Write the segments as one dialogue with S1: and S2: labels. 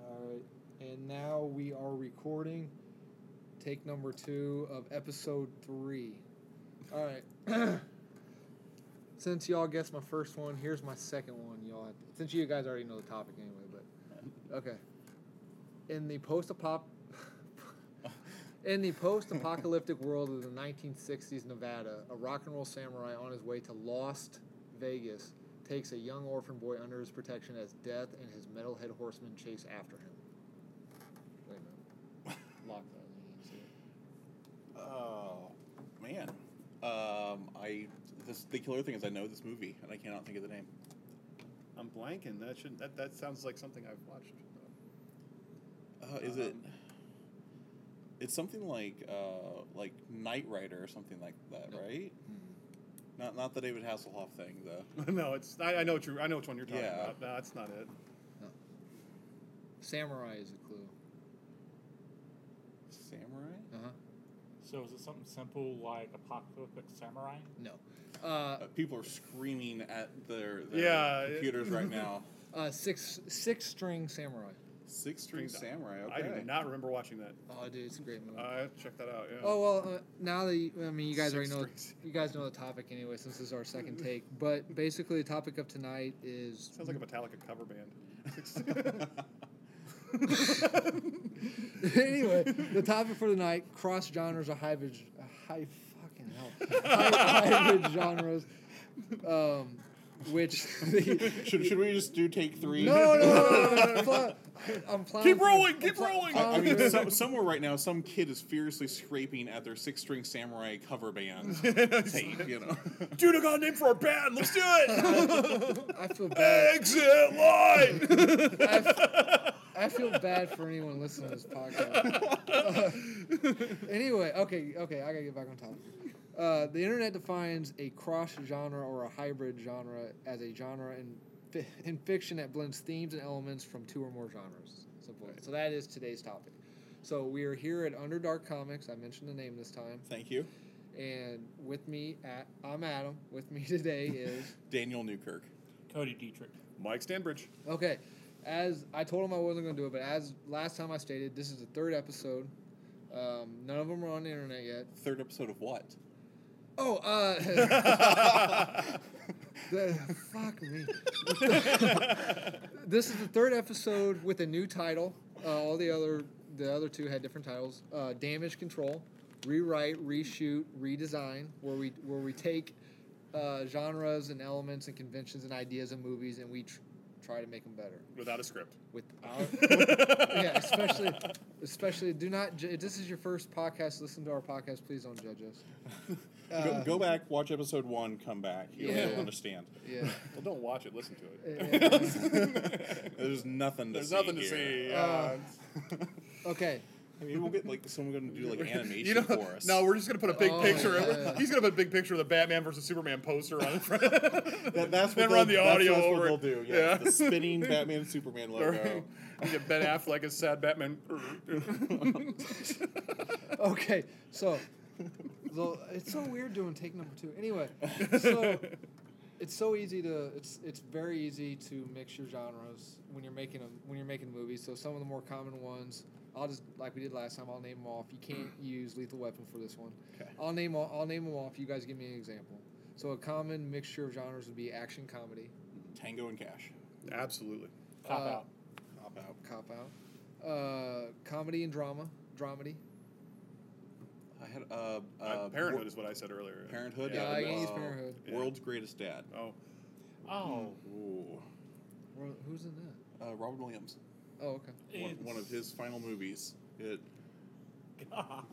S1: right. And now we are recording take number two of episode three. All right. Since y'all guessed my first one, here's my second one. Y'all, have since you guys already know the topic anyway, but okay. In the post-apop, in the post-apocalyptic world of the 1960s Nevada, a rock and roll samurai on his way to Lost Vegas takes a young orphan boy under his protection as Death and his metalhead horsemen chase after him. Wait a minute. Lock that. I didn't see it.
S2: Oh man, um, I this the killer thing is I know this movie and I cannot think of the name.
S3: I'm blanking. That shouldn't. That, that sounds like something I've watched.
S2: Uh, is it?
S3: Um,
S2: It's something like uh, like Knight Rider or something like that,
S1: Nope.
S2: right?
S1: Hmm.
S2: Not not the David Hasselhoff thing though.
S3: no, it's. I, I know what you. I know which one you're talking
S2: Yeah.
S3: about. No, that's not it.
S1: Samurai is a clue.
S2: Samurai.
S1: Uh huh.
S4: So is it something simple like apocalyptic samurai?
S1: No. Uh,
S2: Uh, people are screaming at their, their
S3: Yeah.
S2: computers right now.
S1: uh, six six string samurai.
S2: Six string samurai. Okay.
S3: I do not remember watching that.
S1: Oh, dude, it's a great movie.
S3: Uh, check that out. Yeah.
S1: oh well, uh, now that you, I mean, you guys already
S3: Six
S1: know
S3: strings.
S1: you guys know the topic anyway, since this is our second take. But basically, the topic of tonight is
S3: sounds like a Metallica cover band.
S1: anyway the topic for tonight: cross genres or high, vig- high fucking hell, high, hybrid genres, um, which the,
S2: should, should we just do take three?
S1: No, no, no, no, no, no. Plow- I'm plowing.
S3: Keep
S1: through-
S3: rolling, keep
S1: I'm plow-
S3: rolling.
S2: I, I
S1: plowing
S2: mean,
S1: through-
S3: Um,
S2: some, somewhere right now, some kid is furiously scraping at their six-string samurai cover band tape. You know,
S3: Dude, I got a name for our band. Let's do it.
S1: I feel bad.
S3: Exit line.
S1: I, f- I feel bad for anyone listening to this podcast. Uh, anyway, okay, okay, I gotta get back on topic. Uh, the internet defines a cross genre or a hybrid genre as a genre in, fi- in fiction that blends themes and elements from two or more genres. Simple. So that is today's topic. So we are here at Underdark Comics. I mentioned the name this time,
S2: thank you,
S1: and with me at I'm Adam. With me today is
S2: Daniel Newkirk.
S4: Cody Dietrich.
S3: Mike Stanbridge.
S1: Okay, as I told him I wasn't going to do it, but as last time I stated, this is the third episode. Um, none of them are on the internet yet.
S2: Third episode of what?
S1: Oh, uh, the, fuck me. this is the third episode with a new title. Uh, all the other the other two had different titles. Uh, Damage Control, rewrite, reshoot, redesign, where we where we take uh, genres and elements and conventions and ideas of movies and we tr- try to make them better.
S3: Without a script.
S1: without yeah especially especially do not ju- if this is your first podcast listen to our podcast please don't judge us
S2: go, go back, watch episode one, come back. You'll,
S1: Yeah.
S2: you'll understand.
S1: yeah
S3: Well, don't watch it. Listen to it.
S1: Uh,
S2: There's nothing to
S3: There's
S2: see.
S3: nothing to
S2: here.
S3: see.
S1: Uh, okay
S2: Maybe we'll get like someone going to do like animation
S3: You know,
S2: for us.
S3: no, we're just gonna put a big
S1: Oh,
S3: picture.
S1: yeah.
S3: He's gonna put a big picture of the Batman versus Superman poster on the front.
S2: That- that's what
S3: then run
S2: they'll-
S3: the
S2: that's-
S3: audio
S2: that's
S3: over
S2: what
S3: it.
S2: they'll do. Yeah,
S3: Yeah.
S2: the spinning Batman and Superman logo.
S3: uh, You get Ben Affleck as sad Batman.
S1: okay so the, it's so weird doing take number two anyway so it's so easy to it's it's very easy to mix your genres when you're making them when you're making movies so some of the more common ones I'll just like we did last time. I'll name them off. You can't use Lethal Weapon for this one.
S2: Okay.
S1: I'll name all, I'll name them off. You guys give me an example. So a common mixture of genres would be action comedy,
S2: Tango and Cash.
S3: Absolutely.
S4: Cop
S1: Uh,
S4: out.
S2: Cop out.
S1: cop out, uh, comedy and drama, dramedy.
S2: I had uh,
S3: Uh,
S2: uh,
S3: Parenthood
S2: Wor-
S3: is what I said earlier.
S2: Parenthood.
S1: Yeah, I
S2: and,
S1: use
S2: uh,
S1: Parenthood.
S3: Yeah.
S2: World's Greatest Dad.
S3: Oh,
S4: Oh,
S2: Ooh.
S1: Where- Who's in that?
S2: Uh, Robert Williams.
S1: Oh, okay.
S2: Hmm. One, one of his final movies. It
S4: God.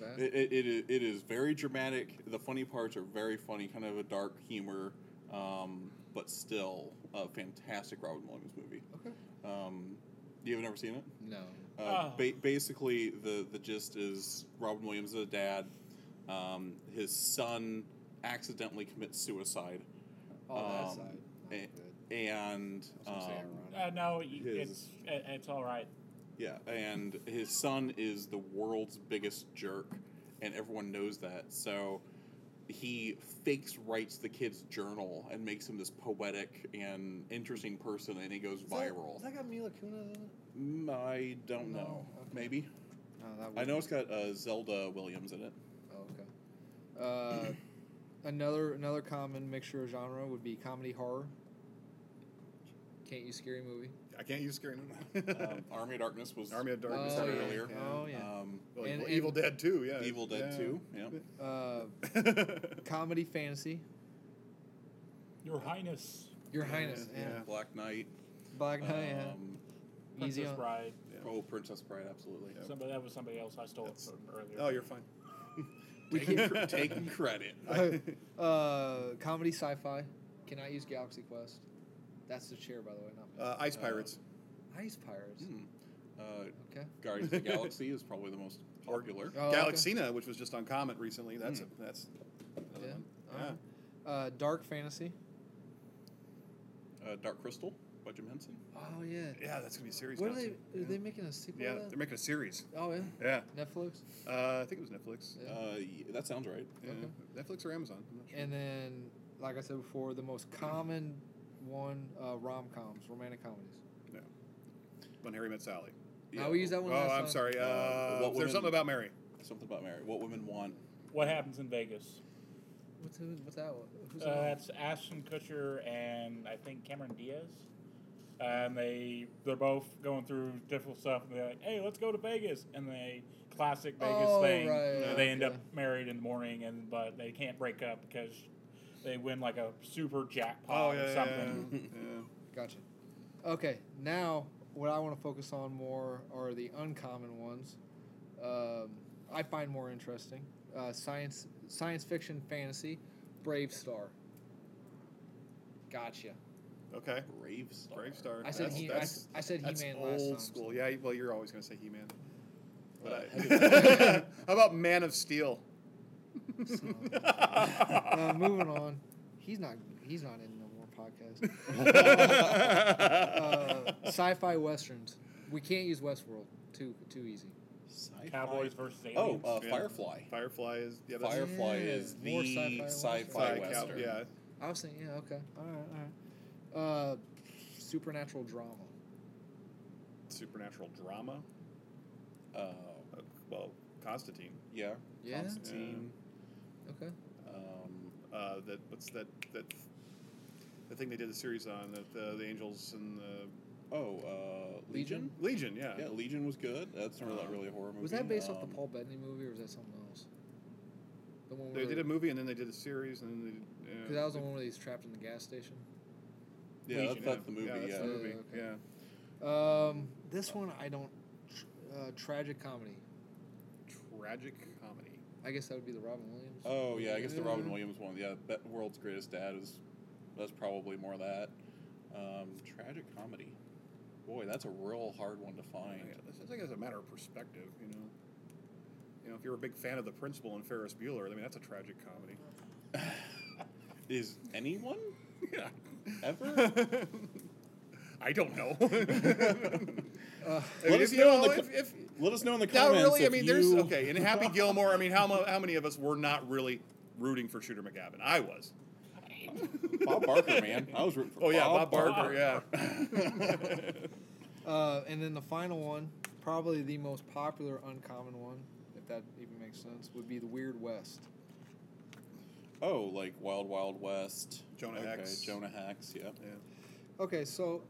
S1: That.
S2: It, it, it, is, it is very dramatic. The funny parts are very funny, kind of a dark humor, um, but still a fantastic Robin Williams movie.
S1: okay.
S2: Um, you have never seen it?
S1: No.
S2: Uh,
S4: Oh.
S2: ba- basically, the, the gist is Robin Williams is a dad. Um, his son accidentally commits suicide.
S1: Oh, that
S2: Um,
S1: side. Not
S2: a-
S1: good.
S2: And
S1: I was gonna say
S2: um,
S1: ironic.
S4: Uh, no, y-
S2: His-
S4: it's it, it's all right.
S2: Yeah, and his son is the world's biggest jerk, and everyone knows that. So he fakes writes the kid's journal and makes him this poetic and interesting person, and he goes viral.
S3: Is that got Mila Kunis in it?
S2: Mm, I don't
S3: No,
S2: know.
S3: okay.
S2: Maybe
S1: Oh, that
S2: I
S1: would-
S2: know it's got uh, Zelda Williams in it.
S1: Oh, okay. Uh, another another common mixture of genre would be comedy horror. Can't you scary movie?
S3: I can't use screen.
S2: Um, Army of Darkness was
S3: Army of Darkness
S2: said
S1: oh, yeah.
S2: earlier.
S1: Oh yeah.
S2: Um,
S3: Like,
S1: And-
S3: well, Evil
S1: and-
S3: Dead 2, yeah.
S2: Evil Dead Two. Yeah.
S1: Uh, comedy fantasy.
S4: Your Highness,
S1: Your
S3: Yeah,
S1: Highness. Yeah.
S3: yeah.
S2: Black Knight.
S1: Black
S2: Um,
S1: Knight. yeah. Easy
S4: Princess
S1: on.
S4: Bride.
S3: Yeah.
S2: Oh, Princess Bride, absolutely.
S3: Yeah.
S4: Somebody that was somebody else. I stole
S3: That's-
S4: it from earlier.
S3: oh, you're fine.
S1: We
S2: Taking,
S1: can't-
S2: cr- taking credit.
S1: uh, comedy sci-fi. Cannot use Galaxy Quest. That's the chair, by the way, not me.
S3: Uh, Ice Pirates.
S1: Ice Pirates.
S3: mm.
S2: Hmm. Uh,
S1: Okay.
S2: Guardians of the Galaxy is probably the most popular.
S1: Oh, okay. Hmm.
S3: Galaxina, which was just on Comet recently. That's a, that's another
S1: Yeah.
S3: one.
S1: All right. Uh, dark fantasy.
S2: Uh, Dark Crystal by Jim Henson.
S1: Oh yeah.
S3: Yeah. yeah, that's gonna be a series.
S1: What are
S3: now,
S1: they?
S3: too.
S1: Are
S3: yeah.
S1: they making a sequel?
S3: Yeah,
S1: to
S3: they're
S1: that?
S3: making a series.
S1: Oh yeah.
S3: Yeah,
S1: Netflix.
S3: uh, I think it was Netflix.
S1: Yeah.
S2: Uh, y- that sounds right.
S3: Yeah.
S1: Okay.
S3: Netflix or Amazon. I'm not sure.
S1: And then, like I said before, the most common one uh, rom coms, romantic comedies.
S3: when Harry Met Sally.
S1: Now we use that
S3: Oh,
S1: one. last
S3: I'm
S1: time.
S3: sorry. Uh,
S2: Uh, What
S3: there's
S2: Women-
S3: something about Mary.
S2: Something about Mary. What women want.
S4: What happens in Vegas?
S1: What's, who, what's that one? Who's
S4: Uh,
S1: that one?
S4: that's Ashton Kutcher and I think Cameron Diaz. And they they're both going through different stuff, and they're like, "Hey, let's go to Vegas!" And they classic Vegas
S1: Oh,
S4: thing.
S1: right,
S4: and
S1: okay.
S4: they end up married in the morning, and but they can't break up because they win like a super jackpot
S3: Oh yeah,
S4: or
S3: yeah,
S4: something.
S3: yeah, yeah.
S1: Gotcha. Okay, now what I want to focus on more are the uncommon ones. Um, I find more interesting uh, science, science fiction, fantasy, Brave Star. Gotcha.
S3: Okay.
S2: Brave Star.
S3: Brave Star.
S1: I said
S3: That's-
S1: he. I,
S3: that's-
S1: s- I said
S3: That's
S1: He-Man
S3: old
S1: last time. so-
S3: school. Yeah, well, you're always going to say He-Man. But
S2: Uh,
S3: I, how about Man of Steel?
S1: Uh, moving on. He's not. He's not in no more podcast. Uh, sci-fi westerns. We can't use Westworld. Too too easy.
S2: Sci-fi.
S4: Cowboys versus
S2: Oh,
S4: aliens.
S2: uh,
S3: Yeah.
S2: Firefly.
S3: Firefly is yeah, that's
S1: Fire-
S2: Firefly
S1: Yeah,
S2: is
S1: more
S2: the
S1: sci-fi
S2: sci-fi,
S1: western.
S3: Cow-
S2: western.
S3: Yeah,
S1: I was thinking. Yeah. Okay. All right. All right. Uh, supernatural drama.
S3: supernatural drama.
S2: Uh,
S3: Uh, well, Constantine.
S2: yeah.
S1: Yeah.
S2: Constantine.
S1: Okay.
S2: Um,
S3: Uh, that what's that that the thing they did the series on that uh, the, the angels and the
S2: oh, uh, Legion.
S3: Legion. Yeah.
S2: Yeah, Legion was good. That's not really,
S3: Um,
S2: really a horror movie.
S1: Was that based off the
S2: Um,
S1: Paul Bettany movie or was that something else? The one
S3: They
S1: where
S3: did a movie and then they did a series and then they. Yeah,
S1: Because that was the one where he's trapped in the gas station.
S2: Yeah, that's,
S3: Legion,
S2: that's the movie.
S3: Yeah, that's
S2: yeah.
S3: the movie.
S1: Okay.
S3: Yeah.
S1: Um, this one I don't. tr- Uh, tragic comedy.
S3: Tragic comedy.
S1: I guess that would be the Robin Williams.
S2: Oh yeah, I guess the Robin
S1: Yeah.
S2: Williams one. Yeah, that World's Greatest Dad is that's probably more that. Um, tragic comedy. Boy, that's a real hard one to find.
S3: Yeah, this is like as a matter of perspective, you know. You know, if you're a big fan of the principal and Ferris Bueller, I mean, that's a tragic comedy.
S2: Is anyone
S3: Yeah.
S2: ever?
S3: I don't know.
S1: Uh,
S3: I mean,
S2: us
S3: if you
S2: know in
S3: know,
S2: the
S3: if, if
S2: Let us know in the
S3: now
S2: comments.
S3: really, I
S2: if
S3: mean, there's
S2: you-
S3: okay. And Happy Gilmore, I mean, how mu- how many of us were not really rooting for Shooter McGavin? I was.
S2: Bob Barker, man. I was rooting for.
S3: Oh yeah, Bob, Barker,
S2: Barker.
S3: yeah.
S1: Uh, and then the final one, probably the most popular uncommon one, if that even makes sense, would be the Weird West.
S2: Oh, like Wild Wild West.
S3: Jonah
S2: okay,
S3: Hex.
S2: Jonah Hex. Yeah.
S3: yeah.
S1: Okay, so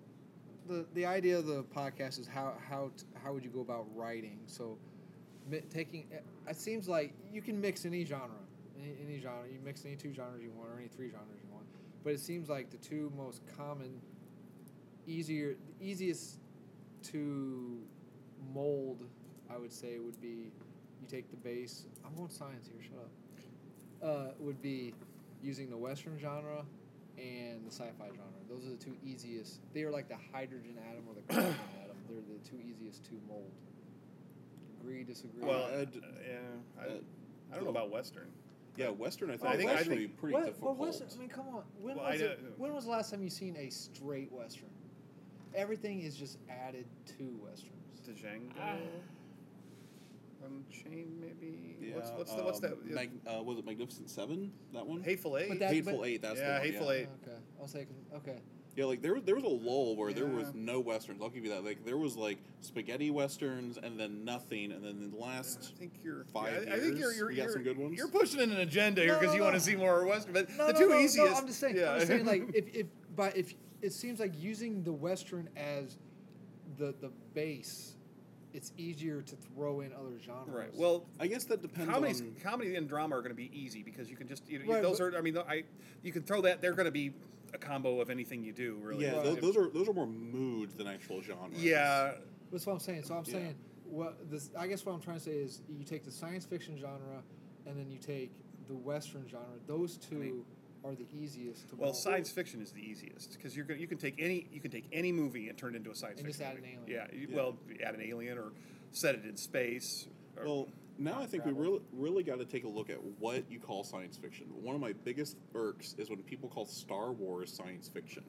S1: the the idea of the podcast is how how t- how would you go about writing? So mi- taking eh, it seems like you can mix any genre, any, any genre. You mix any two genres you want or any three genres you want. But it seems like the two most common, easier, easiest to mold, I would say, would be you take the base. I'm going science here. Shut up. Uh, would be using the western genre and the sci-fi genre. Those are the two easiest. They are like the hydrogen atom or the carbon atom. They're the two easiest to mold. Agree, disagree.
S3: Well,
S2: Uh, d-
S3: uh, yeah. I,
S2: uh,
S3: I don't know about Western.
S2: Yeah, Western. I
S3: I
S2: think is
S3: think- I
S2: actually
S3: think-
S2: pretty
S1: What-
S2: difficult.
S1: But Western, I mean, come on. When,
S3: Well, I
S1: was it,
S3: don't-
S1: when was the last time you seen a straight Western? Everything is just added to Westerns.
S3: Django.
S4: Ah.
S1: Uh,
S3: Unchained, Um, maybe.
S2: Yeah,
S3: what's what's, the, what's that?
S2: um, Mag- uh, was it Magnificent Seven? That one.
S3: Hateful Eight.
S1: But that-
S2: Hateful Eight. That's the
S3: yeah,
S2: one,
S3: Hateful Eight.
S1: Okay. I'll say, okay.
S2: Yeah, like there was there was a lull where there was
S3: Yeah.
S2: no westerns. I'll give you that. Like there was like spaghetti westerns and then nothing, and then the last.
S3: I think you're.
S2: Five
S3: yeah, I- I think you're.
S2: years,
S3: You're,
S2: we got
S3: you're,
S2: some good ones.
S3: you're pushing in an agenda here
S1: No,
S3: because
S1: no,
S3: you want
S1: no.
S3: to see more Western. But
S1: No,
S3: the
S1: no,
S3: two
S1: no,
S3: easiest.
S1: No, I'm just saying.
S3: Yeah.
S1: I'm just saying. Like if if by if it seems like using the western as the the base, it's easier to throw in other genres.
S3: right. Well,
S2: I guess that depends
S3: comedies,
S2: on.
S3: comedy and drama are going to be easy because you can just you know,
S1: Right,
S3: those
S1: but-
S3: are. I mean, I you can throw that. They're going to be a combo of anything you do. Really.
S2: Yeah,
S1: Right.
S2: tho- those are those are more mood than actual genre.
S3: Yeah.
S1: that's what I'm saying. So I'm
S2: Yeah.
S1: saying what this. I guess what I'm trying to say is you take the science fiction genre, and then you take the western genre. Those two are the easiest to.
S3: Well,
S1: mold.
S3: science fiction is the easiest because you're gonna, you can take any you can take any movie and turn it into a science
S1: And just
S3: fiction.
S1: add
S3: movie.
S1: an
S3: Yeah,
S1: alien.
S3: you-
S2: Yeah.
S3: Well, add an alien or set it in space. or-
S2: Well, now I
S4: Time
S2: think we
S4: travel.
S2: really really got to take a look at what you call science fiction. One of my biggest irks is when people call Star Wars science fiction.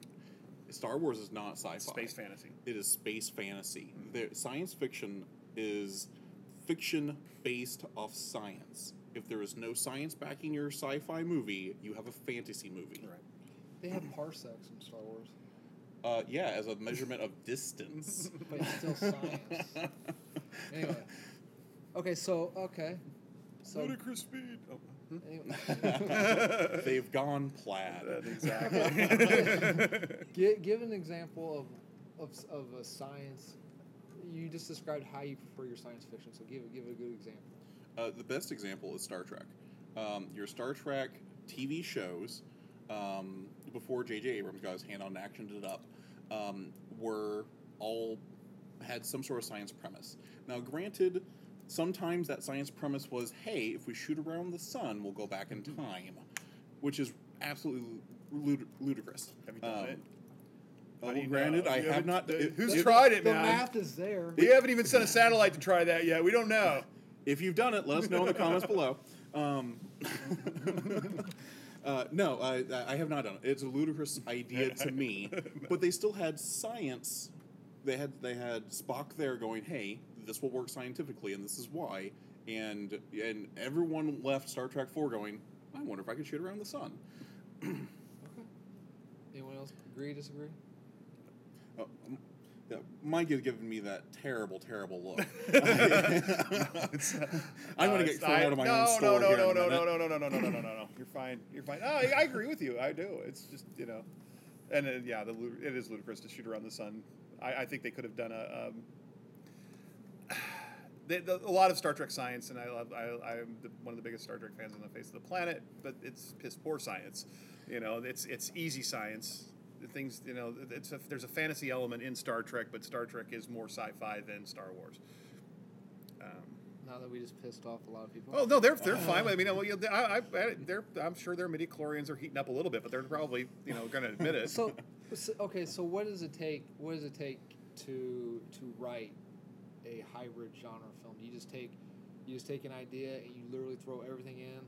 S2: Star Wars is not sci-fi.
S3: space fantasy.
S2: it is space fantasy. There, science fiction is fiction based off science. If there is no science backing your sci-fi movie, you have a fantasy movie.
S3: Right.
S1: they have parsecs in Star Wars,
S2: Uh, yeah, as a measurement of distance.
S1: but it's still science. Anyway. Okay. So okay. So
S3: Ludicrous speed. Oh. hmm?
S1: anyway.
S2: They've gone
S3: That-
S2: plaid.
S3: exactly.
S1: Give, give an example of, of, s- of a science. You just described how you prefer your science fiction, so give give a good example.
S2: Uh, the best example is Star Trek. Um, your Star Trek TV shows, um, before J.J. Abrams got his hand on it and actioned it up, um, were all had some sort of science premise. Now, granted, sometimes that science premise was, "Hey, if we shoot around the sun, we'll go back in
S3: Mm-hmm.
S2: time," which is absolutely lud- ludicrous.
S3: Have you done it?
S2: oh,
S3: How do you
S2: granted,
S3: know?
S2: I
S3: You
S2: have
S3: haven't-
S2: not.
S3: uh,
S2: it-
S3: who's
S2: it-
S3: tried it,
S1: the
S3: man?
S1: math is there.
S3: we haven't even sent a satellite to try that yet. We don't know.
S2: If you've done it, let us know in the comments below. Um, uh, no, I, I have not done it. It's a ludicrous idea to me, but they still had science. They had they had Spock there going, "Hey, this will work scientifically, and this is why." And and everyone left Star Trek Four going, "I wonder if I could shoot around the sun."
S1: Anyone else agree, disagree?
S2: Uh, m- yeah, Mike is giving me that terrible, terrible look. I'm
S3: Uh,
S2: going to
S3: it's-
S2: get thrown
S3: I-
S2: out of my
S3: no,
S2: own store
S3: No,
S2: here in
S3: no,
S2: a
S3: no,
S2: minute.
S3: no, no, no, no, no, no, no, no, no, no. You're fine. You're fine. No, I, I agree with you. I do. It's just you know, and uh, yeah, the lu- it is ludicrous to shoot around the sun. I, I think they could have done a. Um, they, the, a lot of Star Trek science, and I love. I, I'm the, one of the biggest Star Trek fans on the face of the planet, but it's piss poor science. You know, it's it's easy science. The Things you know, it's a, there's a fantasy element in Star Trek, but Star Trek is more sci-fi than Star Wars. Um,
S1: Now that we just pissed off a lot of people.
S3: Oh no, they're they're fine. with it. I mean, well, you know, I, I, they're I'm sure their midi chlorians are heating up a little bit, but they're probably you know going to admit it.
S1: So, so okay. So what does it take? What does it take to to write a hybrid genre film? Do you just take you just take an idea and you literally throw everything in,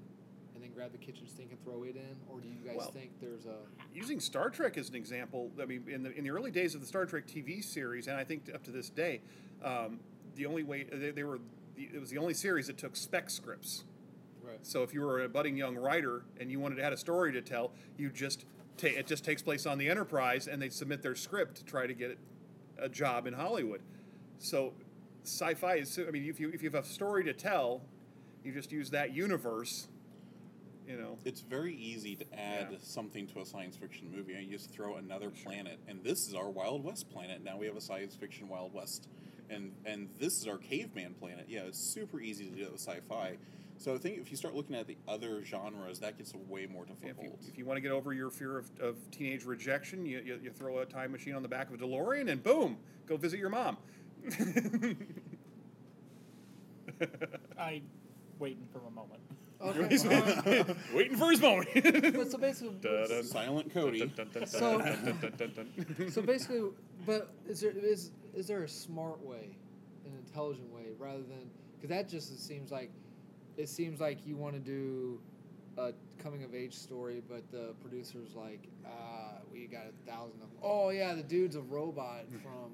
S1: and then grab the kitchen sink and throw it in, or do you guys
S3: Well-
S1: think there's a
S3: using Star Trek as an example, I mean, in the in the early days of the Star Trek TV series, and I think up to this day, um, the only way they, they were it was the only series that took spec scripts.
S1: right?
S3: So if you were a budding young writer and you wanted to had a story to tell, you just ta- it just takes place on the Enterprise, and they submit their script to try to get a job in Hollywood. So sci-fi is. so- I mean, if you if you have a story to tell, you just use that universe. You know,
S2: it's very easy to add
S3: Yeah.
S2: something to a science fiction movie. and You just throw another planet, and this is our Wild West planet. Now we have a science fiction Wild West, and and this is our caveman planet. Yeah, it's super easy to do that with sci-fi. So I think if you start looking at the other genres, that gets way more
S3: if you,
S2: difficult.
S3: if you want to get over your fear of, of teenage rejection, you, you you throw a time machine on the back of a DeLorean, and boom, go visit your mom.
S4: I waiting for a moment.
S1: Okay. uh,
S3: Waiting for his moment.
S1: but so basically,
S3: Da-da.
S2: Silent Cody.
S1: So- so basically, but is there is is there a smart way, an intelligent way, rather than because that just it seems like, it seems like you want to do a coming of age story, but the producers
S3: Hmm.
S1: like, ah, we got a thousand of them. Oh yeah, the dude's a robot from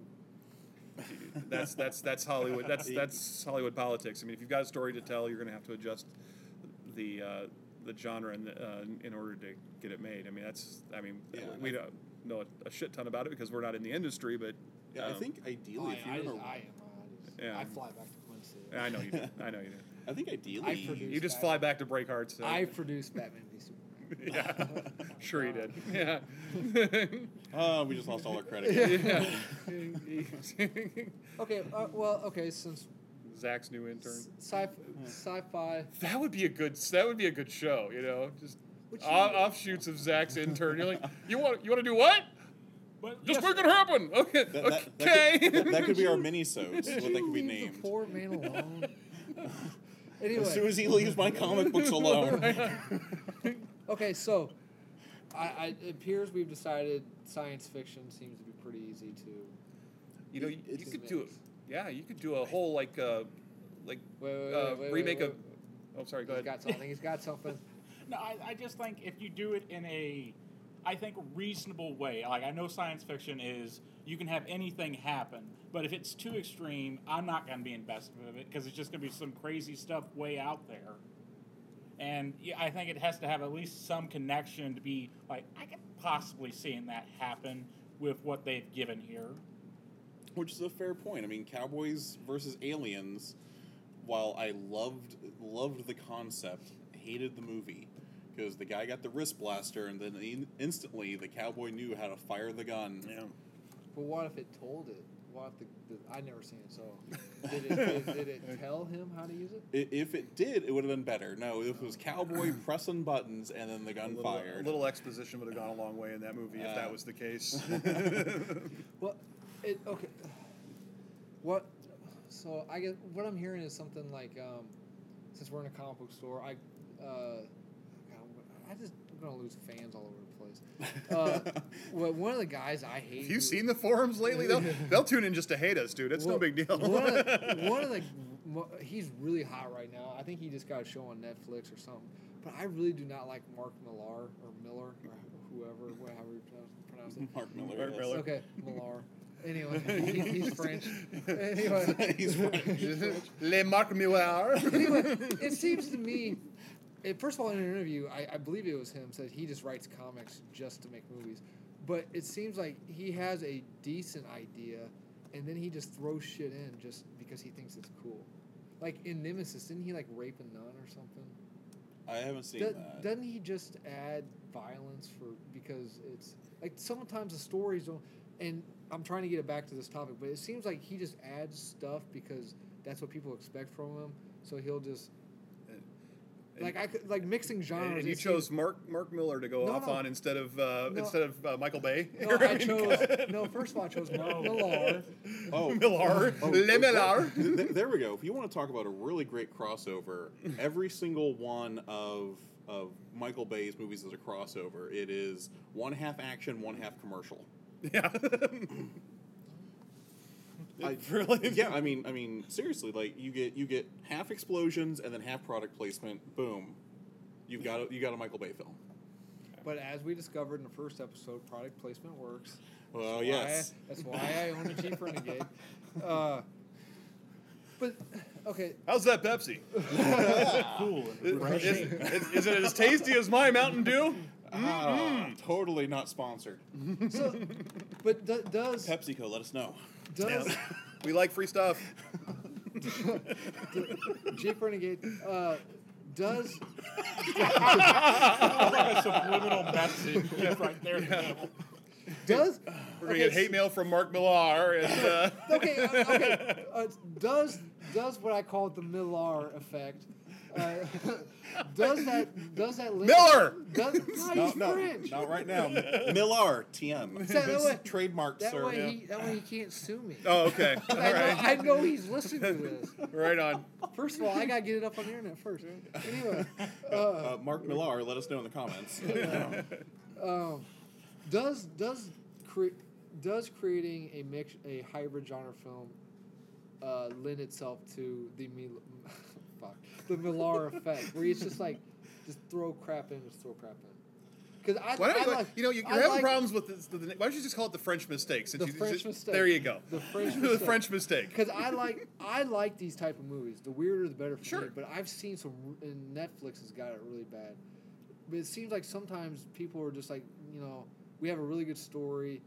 S3: that's that's that's Hollywood. That's
S2: Yeah.
S3: that's Hollywood politics. I mean, if you've got a story to tell, you're going to have to adjust the uh, the genre in, uh, in order to get it made. I mean, that's I mean,
S2: Yeah.
S3: we don't know a, shit ton about it because we're not in the industry, but
S2: Yeah, I
S3: um,
S2: think ideally, if
S1: I,
S2: you're
S1: I,
S2: gonna,
S1: just, I am.
S2: I,
S1: I, just,
S3: Yeah.
S1: I fly back to Twin City.
S3: I know you did. I know you did.
S2: think ideally,
S1: I produce-
S3: You just fly back to break hearts. So.
S1: I produced Batman v Superman.
S3: yeah, sure you did. Yeah.
S2: Uh, we just lost all our credit.
S3: yeah.
S1: Okay, uh, well, okay, since
S3: Zach's new intern.
S1: sci sci-fi
S3: That would be a good. That would be a good show. You know, just
S1: What you
S3: off,
S1: mean?
S3: offshoots of Zach's intern. You're like, you want you want to do what?
S4: But
S3: Just
S4: yes,
S3: make it happen. Okay.
S2: That, that,
S3: okay.
S2: that, could, that, that could be our mini-sodes, what they could be
S1: Leave the
S2: named.
S1: poor man alone.
S2: As soon
S1: anyway,
S2: as he leaves my comic books alone.
S1: okay, so I, I, it appears we've decided science fiction seems to be pretty easy to.
S3: you know, you,
S2: It's
S3: you could do it. Yeah, you could do a whole like uh, like
S1: Wait, wait, wait,
S3: uh,
S1: wait, wait,
S3: remake
S1: wait,
S3: of. Oh, sorry. Go
S1: He's
S3: ahead.
S1: got something. He's got something.
S4: No, I, I just think if you do it in a, I think reasonable way. Like I know science fiction is you can have anything happen, but if it's too extreme, I'm not going to be invested with it because it's just going to be some crazy stuff way out there. And yeah, I think it has to have at least some connection to be like I could possibly seeing that happen with what they've given here.
S2: Which is a fair point. I mean, Cowboys versus Aliens. While I loved loved the concept, hated the movie because the guy got the wrist blaster, and then in- instantly the cowboy knew how to fire the gun.
S1: But what if it told it? What if the, the I never seen it, so did it, did, did it tell him how to use it?
S2: I- If it did, it would have been better. No, if it was cowboy pressing buttons and then the
S3: A
S2: gun
S3: little, a
S2: fired.
S3: little exposition would have gone a long way in that movie if that
S2: Uh.
S3: was the case.
S1: Well, it okay. What? So I guess what I'm hearing is something like, um, since we're in a comic book store, I, uh, God, I'm- I just I'm gonna lose fans all over the place. Uh, well, one of the guys I hate.
S3: Have you seen the forums lately? They'll they'll tune in just to hate us, dude. It's no
S1: Well,
S3: big deal.
S1: one, of the, one of the, mo- he's really hot right now. I think he just got a show on Netflix or something. But I really do not like Mark Millar or Miller or whoever, however you pronounce, pronounce it.
S2: Mark Miller.
S3: Mark
S2: yes.
S3: Miller.
S1: Okay, Millar. Anyway, he, he's French. Anyway,
S2: He's right.
S3: Le Marc Muir.
S1: anyway, it seems to me. It, first of all, in an interview, I, I believe it was him said he just writes comics just to make movies, but it seems like he has a decent idea, and then he just throws shit in just because he thinks it's cool. Like in Nemesis, didn't he like rape a nun or something?
S2: I haven't seen
S1: Do-
S3: uh,
S2: that.
S1: Doesn't he just add violence for because it's like sometimes the stories don't. And I'm trying to get it back to this topic, but it seems like he just adds stuff because that's what people expect from him. So he'll just like I could like mixing genres.
S3: And, and you
S1: it seems-
S3: chose Mark Mark Miller to go
S1: No,
S3: off
S1: no.
S3: on instead of uh,
S1: No.
S3: instead of uh, Michael Bay.
S1: No, I chose. No, first of all, I chose Mark Millar.
S2: Oh,
S3: Millar,
S2: Oh,
S3: Le
S2: th-
S3: Millar.
S2: th- th- there we go. If you want to talk about a really great crossover, every single one of of Michael Bay's movies is a crossover. It is one half action, one half commercial.
S3: yeah.
S2: I-
S3: really?
S2: yeah, I mean, I mean, seriously, like you get you get half explosions and then half product placement. Boom, you've got a, you got a Michael Bay film.
S1: But as we discovered in the first episode, product placement works.
S2: Well,
S1: That's why I-
S2: yes.
S1: that's why I own a Jeep Renegade. Uh, but okay,
S3: How's that Pepsi?
S4: cool.
S3: Is, is- is it as tasty as my Mountain Dew?
S2: Ah,
S1: Mm-hmm.
S2: totally not sponsored.
S1: so but do, does
S2: PepsiCo, let us know.
S1: does
S3: We like free stuff.
S1: Jeep Renegade uh, does
S4: Sounds like a subliminal message just right there. in the middle.
S1: does
S3: We're gonna get hate mail from Mark Millar. And, uh,
S1: okay, uh, okay. Uh, does does what I call the Millar effect? Uh, does that does that limit,
S3: Miller!
S1: Does, no,
S2: No,
S1: he's
S2: no,
S1: French.
S2: not right now. Millar, TM.
S1: Say that
S2: This
S1: way.
S2: is trademark,
S1: that
S2: sir.
S1: way he that way he can't sue me.
S3: oh, okay. All
S1: I, know,
S3: right.
S1: I know he's listening to this.
S3: Right on.
S1: First of all, I gotta get it up on the internet first. Anyway, uh,
S2: Uh, Mark Millar, let us know in the comments.
S1: um, does does cre- does creating a mix a hybrid genre film uh, lend itself to the Mil- fuck the Millar effect, where it's just like just throw crap in, just throw crap in. Because I,
S3: Why don't
S1: I
S3: you,
S1: like,
S3: you know, you,
S1: I
S3: you're having
S1: like-
S3: problems with this, the, the- why don't you just call it the French mistake? Since
S1: The
S3: you,
S1: French
S3: just-
S1: mistake.
S3: There you go.
S1: The French
S3: the
S1: mistake.
S3: French mistake.
S1: Because I like I like these type of movies. The weirder, the better for me.
S3: Sure.
S1: But I've seen some, r- and Netflix has got it really bad. But it seems like sometimes people are just like, you know, we have a really good story,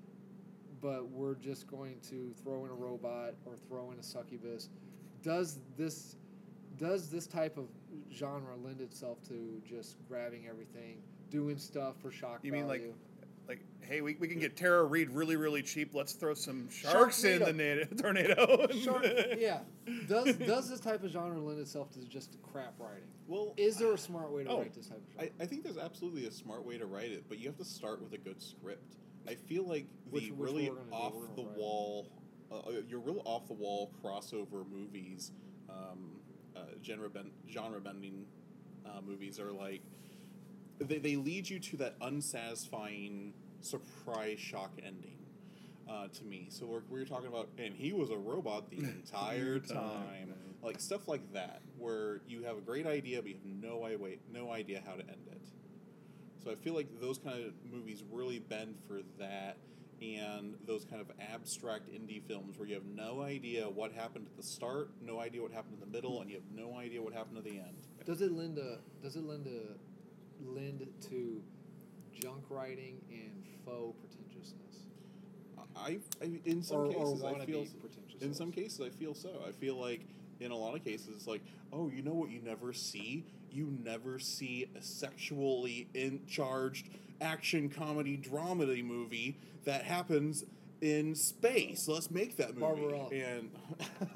S1: but we're just going to throw in a robot or throw in a succubus. Does this, does this type of genre lend itself to just grabbing everything, doing stuff for shock?
S3: You mean like,
S1: value?
S3: like, hey, we, we can get Tara Reed really, really cheap. Let's throw some sharks in the na- tornado.
S1: Shark, yeah. Does does this type of genre lend itself to just crap writing?
S2: Well,
S1: Is there a smart way to
S3: Oh,
S1: write this type of genre?
S2: I, I think there's absolutely a smart way to write it, but you have to start with a good script. I feel like the
S1: Which- which
S2: really
S1: we're gonna do, we're
S2: off
S1: gonna
S2: the
S1: write it.
S2: wall, uh, uh, your real off the wall crossover movies, um, uh, genre ben- genre bending uh, movies are like they, they lead you to that unsatisfying surprise shock ending. Uh, to me, so we're, we're talking about, and he was a robot the entire time, like stuff like that, where you have a great idea but you have no idea, no idea how to end it. So I feel like those kind of movies really bend for that, and those kind of abstract indie films where you have no idea what happened at the start, no idea what happened in the middle, and you have no idea what happened at the end.
S1: does it lend a does it lend a lend to junk writing and faux pretentiousness?
S2: I, I in some
S1: or
S2: cases
S1: or
S2: I
S1: wannabe
S2: feel
S1: pretentiousness.
S2: in some cases I feel so. I feel like in a lot of cases it's like, oh, you know what you never see? You never see a sexually in charged action comedy dramedy movie that happens in space. Let's make that movie.
S1: Barbarella.
S2: And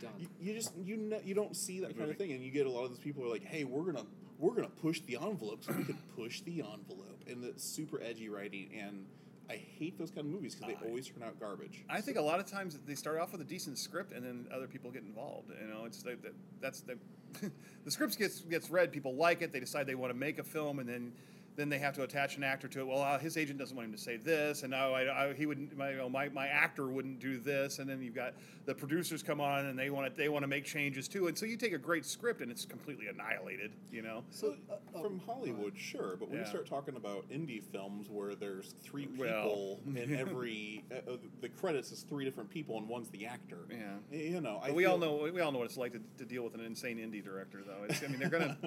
S1: Done.
S2: you, you just you ne- you don't see that kind
S3: Movie.
S2: of thing, and you get a lot of these people who are like, "Hey, we're gonna we're gonna push the envelope, so we can push the envelope," and that's super edgy writing, and I hate those kind of movies because
S3: I-
S2: they always turn out garbage.
S3: I think a lot of times they start off with a decent script, and then other people get involved. You know, it's like that, that's the the script gets gets read. People like it. They decide they want to make a film, and then then they have to attach an actor to it. Well, uh, his agent doesn't want him to say this, and now I, I, he wouldn't. My, you know, my my actor wouldn't do this, and then you've got the producers come on, and they want to they want to make changes too. And so you take a great script, and it's completely annihilated. You know,
S1: So
S2: Well,
S1: uh, oh,
S2: from Hollywood, sure, but when
S3: Yeah.
S2: you start talking about indie films where there's three
S3: Well.
S2: people in every uh, uh, the credits is three different people and one's the actor.
S3: Yeah.
S2: you know, I
S3: But we all
S2: feel-
S3: know we all know what it's like to, to deal with an insane indie director, though. It's, I mean, they're gonna.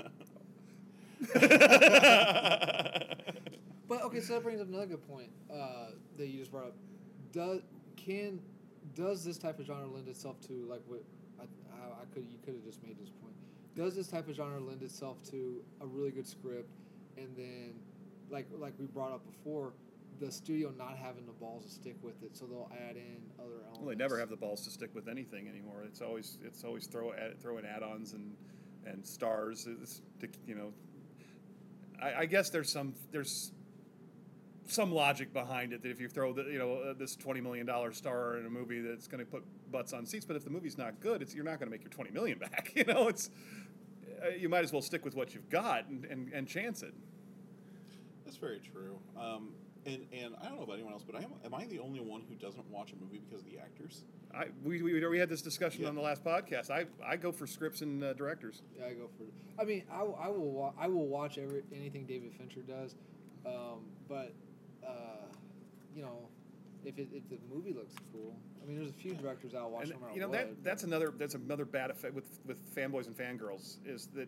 S1: But okay, so that brings up another good point uh, that you just brought up. Does can does this type of genre lend itself to like what I, I, I could you could have just made this point? Does this type of genre lend itself to a really good script, and then like like we brought up before, the studio not having the balls to stick with it, so they'll add in other elements.
S3: Well, they never have the balls to stick with anything anymore. It's always it's always throw at, throw in add-ons and and stars. It's, to- you know, I, I guess there's some there's some logic behind it that if you throw the, you know uh, this twenty million dollar star in a movie that's going to put butts on seats, but if the movie's not good, it's you're not going to make your twenty million back. You know, it's uh, you might as well stick with what you've got and, and, and chance it.
S2: That's very true. Um, and and I don't know about anyone else, but I am, am I the only one who doesn't watch a movie because of the actors?
S3: I we, we, we had this discussion
S2: Yeah.
S3: on the last podcast. I I go for scripts and uh, directors.
S1: Yeah, I go for it. I mean, I, w- I will wa- I will watch every anything David Fincher does, um, but uh, you know, if it, if the movie looks cool, I mean, there's a few directors I'll watch.
S3: And,
S1: no matter
S3: you know
S1: what,
S3: that that's another that's another bad effect with with fanboys and fangirls is that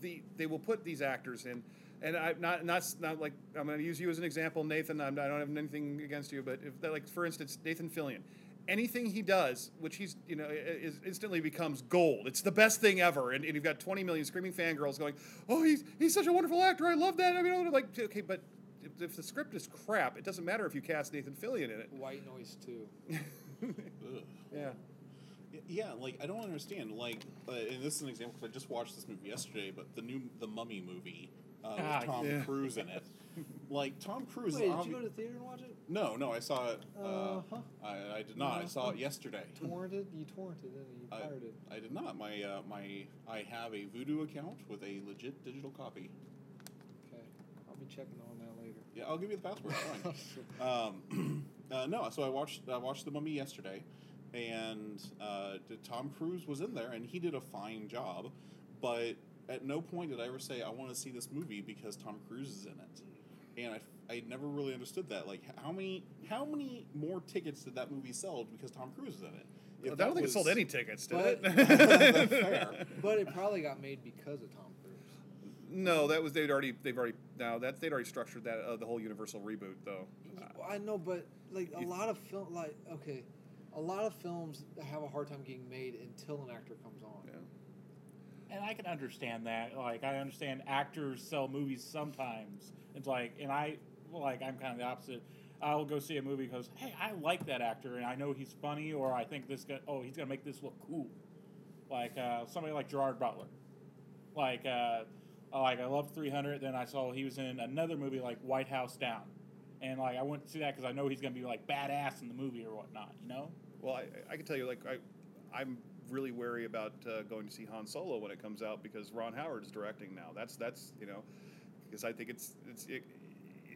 S3: the they will put these actors in, and I'm not not not like I'm going to use you as an example, Nathan. I'm, I don't have anything against you, but if like for instance, Nathan Fillion. Anything he does, which he's you know, i- is instantly becomes gold. It's the best thing ever, and, and you've got 20 million screaming fangirls going, "Oh, he's he's such a wonderful actor. I love that." I mean, I'm like, okay, but if, if the script is crap, it doesn't matter if you cast Nathan Fillion in it.
S1: White Noise too.
S2: Ugh.
S3: Yeah.
S2: Y- Yeah, like I don't understand. Like, uh, and this is an example because I just watched this movie yesterday, but the new the Mummy movie uh, with
S4: Ah,
S2: Tom
S3: yeah.
S2: Cruise in it. Like Tom Cruise.
S1: Wait,
S2: is
S1: did
S2: obvi-
S1: you go to the theater and watch it?
S2: no, no, I saw it. Uh,
S1: Uh-huh.
S2: I, I did not. I saw it yesterday.
S1: Torrented? You torrented it? You
S2: I,
S1: pirated? it.
S2: I did not. My uh, my I have a Voodoo account with a legit digital copy.
S1: Okay, I'll be checking on that later.
S2: Yeah, I'll give you the password. it's Fine. Um, uh, no, so I watched I watched The Mummy yesterday, and uh, did- Tom Cruise was in there, and he did a fine job, but at no point did I ever say I want to see this movie because Tom Cruise is in it, and I, I never really understood that. Like how many how many more tickets did that movie sell because Tom Cruise is in it? If
S3: I
S2: that
S3: don't think it sold
S2: was-
S3: any tickets, did
S1: But-
S3: it?
S2: Fair.
S1: But it probably got made because of Tom Cruise.
S3: No, that was they'd already they've already now that they'd already structured that uh, the whole Universal reboot though.
S1: Well, I know, but like a
S3: you-
S1: lot of film, like okay, a lot of films have a hard time getting made until an actor comes on.
S3: Yeah.
S4: And I can understand that. Like I understand actors sell movies sometimes. It's like and I like I'm kind of the opposite. I'll go see a movie because hey, I like that actor and I know he's funny or I think this guy oh, he's going to make this look cool. Like uh, somebody like Gerard Butler. Like uh like I love 300 then I saw he was in another movie like White House Down. And like I went to see that cuz I know he's going to be like badass in the movie or whatnot, you know?
S3: Well, I, I can tell you, like, I, I'm really wary about uh, going to see Han Solo when it comes out because Ron Howard is directing now. That's that's you know, because I think it's it's it,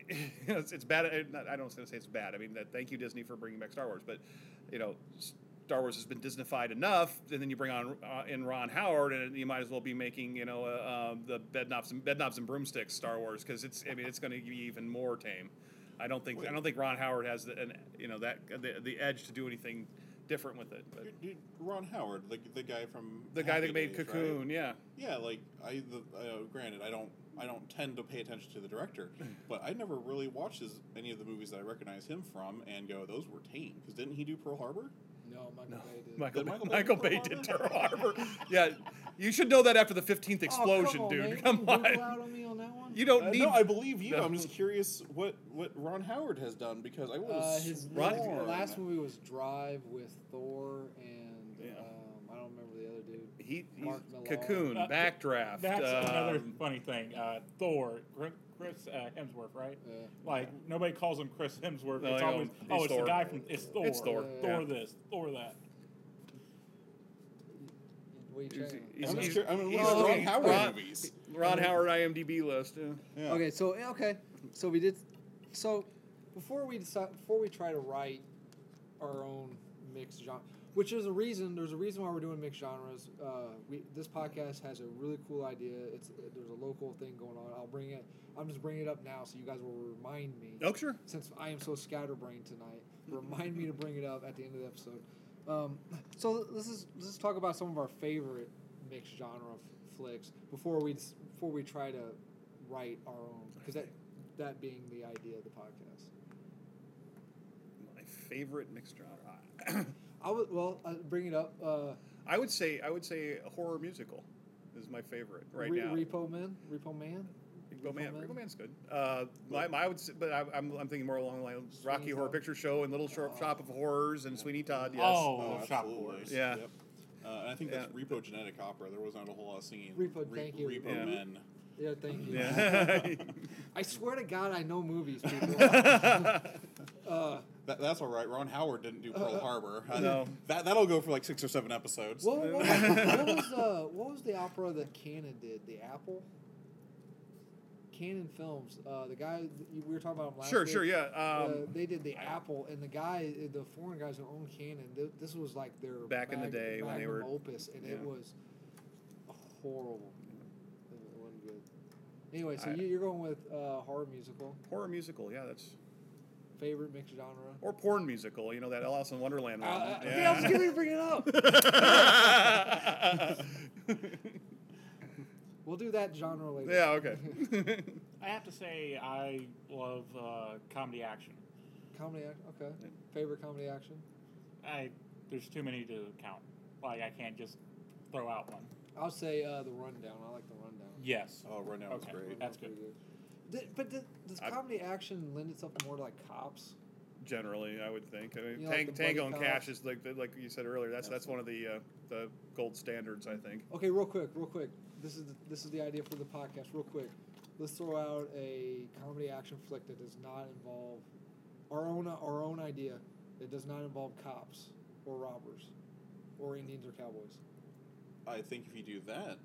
S3: it's, it's bad. I- Not, I don't want to say it's bad. I mean, that, thank you Disney for bringing back Star Wars, but you know. Star Wars has been Disneyfied enough, and then you bring on uh, in Ron Howard, and you might as well be making you know uh, um, the bedknobs and bedknobs and broomsticks Star Wars because it's I mean it's going to be even more tame. I don't think I don't think Ron Howard has the, an, you know that the, the edge to do anything different with it. But
S2: Dude, Ron Howard, the, the guy from
S3: the guy that
S2: Happy
S3: made
S2: Days, right?
S3: Cocoon, yeah,
S2: Yeah, like I, the, uh, granted, I don't, I don't tend to pay attention to the director, but I never really watched his, any of the movies that I recognize him from and go, those were tame because didn't he do Pearl Harbor?
S1: No, Michael Bay did.
S3: Michael,
S2: Did
S3: Bay-
S2: Michael Bay
S3: Michael
S2: do
S3: Bay
S2: Pearl
S3: did
S2: Harbor?
S3: Pearl Harbor. yeah, you should know that after the fifteenth
S1: Oh, come
S3: explosion,
S1: on,
S3: dude.
S1: man,
S3: Come
S1: you didn't go
S3: on,
S1: out on me on that one?
S3: you don't
S2: Uh,
S3: need.
S2: no, I believe you.
S3: No.
S2: I'm just curious what what Ron Howard has done because I would have
S1: Uh, his
S3: Ron-
S1: last, last movie was Drive with Thor and
S3: Yeah.
S1: um, I don't remember the other dude.
S3: he, he's
S1: Mark Millar.
S3: Cocoon,
S4: Uh,
S3: Backdraft.
S4: That's another
S3: um,
S4: funny thing. Uh, Thor, Gr- Chris uh, Hemsworth, right?
S1: Uh,
S4: Like nobody calls him Chris Hemsworth.
S3: No,
S4: it's
S3: I know.
S4: always
S3: He's
S4: oh, it's
S3: Thor.
S4: the guy from it's Thor.
S3: It's Thor,
S4: Thor
S3: yeah.
S4: this, Thor that.
S1: what are you
S3: he's-
S1: checking on?
S3: he's-
S2: I'm just
S3: he's-
S2: curi- I'm looking
S3: he's
S2: at Ron
S3: looking-
S2: Howard
S3: Ron-
S2: movies.
S3: Ron Howard IMDb list. yeah.
S2: Yeah.
S1: Okay, so yeah, okay, so we did. So before we decide, before we try to write our own mixed genre, which is a reason there's a reason why we're doing mixed genres. Uh, we this podcast has a really cool idea. It's there's a local thing going on. I'll bring it. I'm just bringing it up now so you guys will remind me
S3: Oh, sure.
S1: since I am so scatterbrained tonight, remind me to bring it up at the end of the episode. Um, so this is let's talk about some of our favorite mixed genre f- flicks before we s- before we try to write our own because that that being the idea of the podcast.
S3: My favorite mixed genre.
S1: I would well uh, bring it up. Uh,
S3: I would say I would say a horror musical is my favorite right
S1: Re-
S3: now.
S1: Repo Man, Repo Man.
S3: Repo Man,
S1: Man.
S3: Repo Man's good. Uh, my, my, I would, say, but I, I'm, I'm thinking more along the line of
S1: Sweeney
S3: Rocky Horror
S1: Todd. Oh.
S3: Picture Show and Little Shop, Shop of Horrors and Sweeney Todd. Yes.
S4: Oh,
S2: Oh,
S4: Shop
S2: absolutely.
S4: Wars.
S3: Yeah.
S2: Yep. Uh, and I think that's Repo Genetic Opera. There was not a whole lot of singing.
S1: Repo- thank you.
S2: Repo
S3: Yeah.
S2: Men.
S1: Yeah, thank you.
S3: Yeah.
S1: I swear to God, I know movies, people. uh,
S2: That, that's all right. Ron Howard didn't do Pearl Harbor. I-
S3: No.
S2: That, that'll go for like six or seven episodes.
S1: what, what, what was uh, what was the opera that Cannon did? The Apple. Cannon Films. Uh, the guy that you- we were talking about him last
S3: sure,
S1: week,
S3: sure, yeah.
S1: uh,
S3: Um,
S1: they did the Apple, and the guy, the foreign guys who owned Canon, th- this was like their
S3: Back in the day when they
S1: magnum
S3: were-
S1: opus, and it
S3: yeah.
S1: was horrible. It wasn't good. Anyway, so
S3: I-
S1: you, you're going with uh, horror musical,
S3: horror musical, yeah, that's
S1: favorite mixed genre.
S3: or porn musical. You know that Alice in Wonderland
S1: Uh,
S3: one.
S1: uh, yeah. I was
S3: yeah.
S1: going to bring it up. we'll do that genre later.
S3: yeah. Okay.
S4: I have to say, I love uh, comedy action.
S1: Comedy action. Okay.
S3: Yeah.
S1: Favorite comedy action.
S4: I there's too many to count. Like I can't just throw out one.
S1: I'll say uh, the rundown. I like the rundown.
S4: Yes.
S2: Oh, right now it's
S4: Okay.
S2: great.
S4: That's
S1: Pretty Th- but th- does
S3: I-
S1: comedy action lend itself more to like cops?
S3: Generally, I would think. I mean,
S1: You know,
S3: Tang-
S1: like the
S3: Tango
S1: buddy
S3: and
S1: cops.
S3: Cash is like like you said earlier. That's that's one of the uh, the gold standards, I think.
S1: Okay, real quick, real quick. This is the, this is the idea for the podcast. Real quick, let's throw out a comedy action flick that does not involve our own our own idea. It does not involve cops or robbers or Indians or cowboys.
S2: I think if you do that,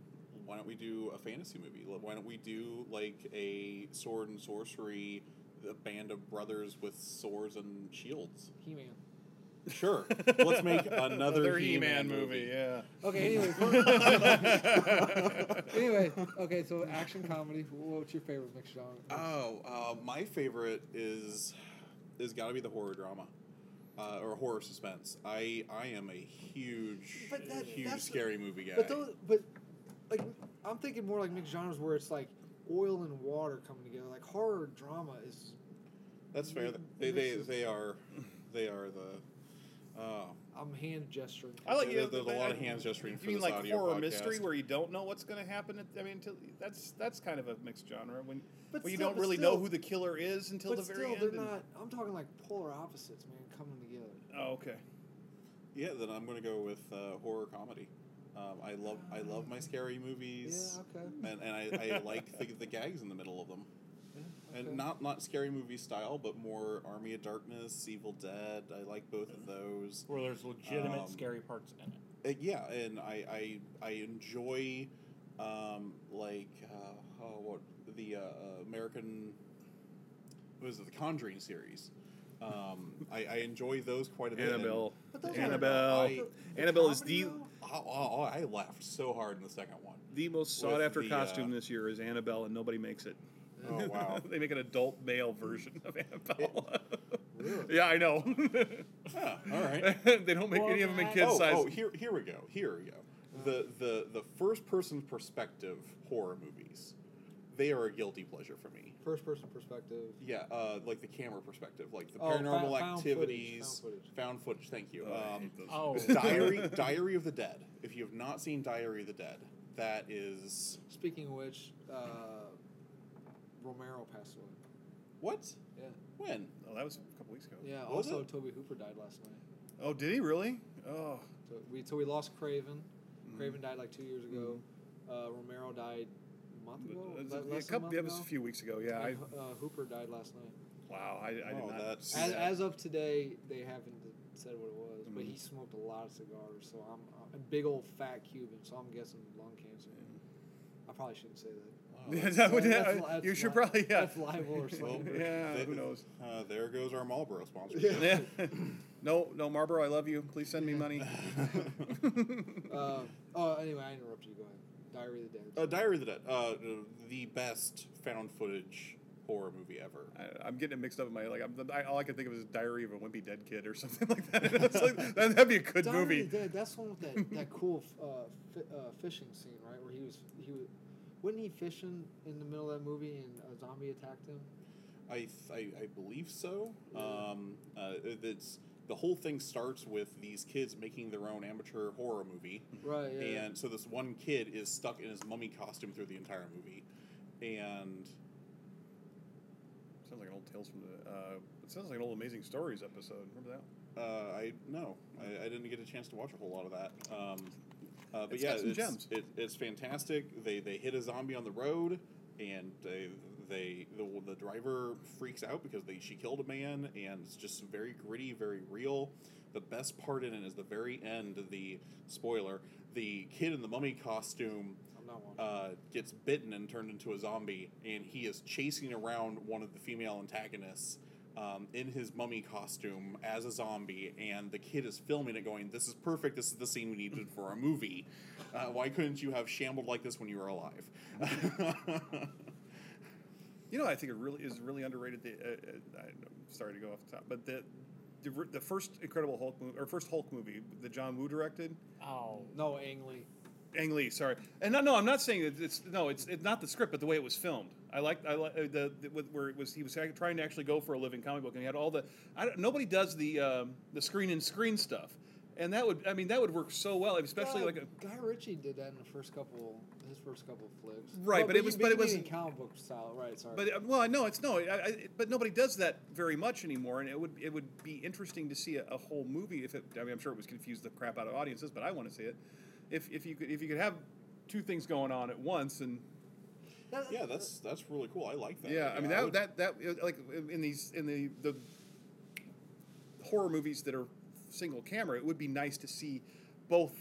S2: why don't we do a fantasy movie? Like, Why don't we do like a sword and sorcery, a band of brothers with swords and shields?
S1: He Man.
S2: Sure. Let's make another,
S5: Another
S2: He-Man, movie.
S5: Yeah.
S1: Okay. Anyway. for- anyway. Okay. So action comedy. What's your favorite mixed genre?
S2: Oh, uh, my favorite is is got to be the horror drama. Uh, or horror suspense. I I am a huge,
S1: But that-
S2: huge
S1: that's-
S2: scary movie guy.
S1: But those, but like I'm thinking more like mixed genres where it's like oil and water coming together. Like horror drama is
S2: That's fair. They they, they are they are the. Uh,
S1: I'm hand gesturing.
S5: I like
S2: There-
S5: you.
S2: there's a
S5: but
S2: lot
S5: I-
S2: of hand gesturing for
S5: You mean
S2: this
S5: like
S2: audio
S5: horror
S2: podcast.
S5: mystery where you don't know what's going to happen? At, I mean, till, that's that's kind of a mixed genre when,
S1: But
S5: when you
S1: still-
S5: don't
S1: but
S5: really know
S1: still-
S5: who the killer is until
S1: but
S5: the very
S1: still,
S5: end.
S1: they're
S5: and-
S1: not. I'm talking like polar opposites, man, coming together.
S5: Oh, okay.
S2: yeah, then I'm gonna go with uh, horror comedy. Um, I love I love my scary movies,
S1: Yeah. Okay.
S2: and, and I, I like the, the gags in the middle of them,
S1: Yeah,
S2: and
S1: okay.
S2: not not scary movie style, but more Army of Darkness, Evil Dead. I like both of
S1: Mm-hmm.
S2: those.
S4: where there's legitimate
S2: Um,
S4: scary parts in it.
S2: Uh, yeah, and I I, I enjoy um, like uh, oh, what the uh, American what is it the Conjuring series. Um, I, I enjoy those quite a bit. and
S3: Annabelle.
S1: But those
S3: Annabelle.
S1: Are,
S2: I-
S3: Annabelle is
S1: comedy,
S3: the-
S1: though?
S2: Oh, oh, oh, I laughed so hard in the second one.
S3: The most
S2: With
S3: sought after
S2: the, uh,
S3: costume this year is Annabelle, and nobody makes it.
S2: Oh wow!
S3: they make an adult male version of Annabelle.
S1: Really?
S3: yeah, I know.
S2: Huh, all right.
S3: they don't make any of them in kid
S2: oh,
S3: size.
S2: oh, here here we go. Here we go. The the the first person perspective horror movies, they are a guilty pleasure for me.
S1: First person perspective.
S2: Yeah, uh, like the camera perspective, like the
S1: Oh, found-
S2: paranormal
S1: found footage,
S2: activities,
S1: found footage.
S2: found footage. Thank you.
S3: I
S2: um,
S3: hate those.
S4: Oh,
S2: Diary, Diary of the Dead. If you have not seen Diary of the Dead, that is
S1: Speaking of which, uh, Romero passed away.
S2: what?
S1: Yeah.
S2: When?
S5: Oh, that was a couple weeks ago.
S1: Yeah.
S2: Was
S1: also,
S2: it?
S1: Toby Hooper died last night.
S5: Oh, did he really? Oh,
S1: So we so we lost Craven. Craven died like two years ago. Uh, Romero died a month ago.
S3: It was
S1: le-
S3: a-
S1: less
S3: a
S1: than
S3: uh, couple-
S1: month
S3: that was
S1: ago?
S3: a few weeks ago. Yeah, I,
S1: And, uh, Hooper died last night.
S3: wow, I, I did
S2: Oh,
S3: not.
S2: that's-
S3: see
S1: As,
S3: that.
S1: as of today, they haven't said what it was, but
S3: Mhm.
S1: he smoked a lot of cigars. So I'm, I'm a big old fat Cuban, so I'm guessing lung cancer. I probably shouldn't say that.
S2: Oh,
S3: Yeah,
S2: that's-
S3: that would-
S1: That's
S3: yeah,
S1: li- that's
S3: you should
S1: li-
S3: probably yeah.
S1: That's libel or
S2: well,
S1: slander.
S3: Yeah,
S2: that-
S3: who knows?
S2: Uh, there goes our Marlboro sponsor.
S3: Yeah. no, no, Marlboro, I love you. Please send me money.
S1: Uh, oh, anyway, I interrupted you. Go ahead. Diary of the Dead.
S2: uh, Diary of the Dead, uh, the best found footage horror movie ever.
S3: I, I'm getting it mixed up in my like. I'm, I, all I can think of is Diary of a Wimpy Dead Kid or something like that. It's like, that that'd be a good
S1: Diary
S3: movie.
S1: of the Dead, that's the one with that, that cool uh, fi- uh, fishing scene, right? Where he was he was, wasn't he fishing in the middle of that movie and a zombie attacked him?
S2: I, th- I, I believe so. Um, uh, it- it's the whole thing starts with these kids making their own amateur horror movie.
S1: Right. Yeah.
S2: And so this one kid is stuck in his mummy costume through the entire movie. And
S3: Sounds like an old Tales from the. Uh, it sounds like an old Amazing Stories episode. Remember that? One?
S2: uh, I no, I, I didn't get a chance to watch a whole lot of that. Um, uh, but
S3: It's
S2: yeah,
S3: got some
S2: it's,
S3: gems.
S2: It, it's fantastic. They they hit a zombie on the road, and they they the, the driver freaks out because they she killed a man, and it's just very gritty, very real. The best part in it is the very end. The spoiler: the kid in the mummy costume
S1: I'm not watching.
S2: uh, gets bitten and turned into a zombie, and he is chasing around one of the female antagonists um, in his mummy costume as a zombie. And the kid is filming it, going, "This is perfect. This is the scene we needed for our movie. Uh, why couldn't you have shambled like this when you were alive?"
S3: You know, I think it really is really underrated. The uh, uh, I'm sorry to go off the top, but the the, r- the first Incredible Hulk movie or first Hulk movie that John Woo directed.
S4: oh,
S1: no, Angley.
S3: Ang Lee, sorry, and no, no, I'm not saying that it's no, it's, it's not the script, but the way it was filmed. I like, I like the, the with- where it was he was act- trying to actually go for a living comic book, and he had all the. I don't, nobody does the um, the screen and screen stuff, and that would I mean that would work so well, especially
S1: Guy-
S3: like a,
S1: Guy Ritchie did that in the first couple his first couple flicks.
S3: Right, but it was-
S1: you-
S3: but
S1: you
S3: it was-
S1: mean in comic book style, right? Sorry.
S3: But uh, well, I know it's no, I, I, but nobody does that very much anymore, and it would it would be interesting to see a, a whole movie. If it, I mean, I'm sure it was confused the crap out of audiences, but I want to see it. If if you could if you could have two things going on at once, and
S1: That-
S2: yeah, that's that's really cool. I like that.
S3: yeah, I mean
S2: I
S3: that
S2: would-
S3: that that uh, like in these in the the horror movies that are single camera, it would be nice to see both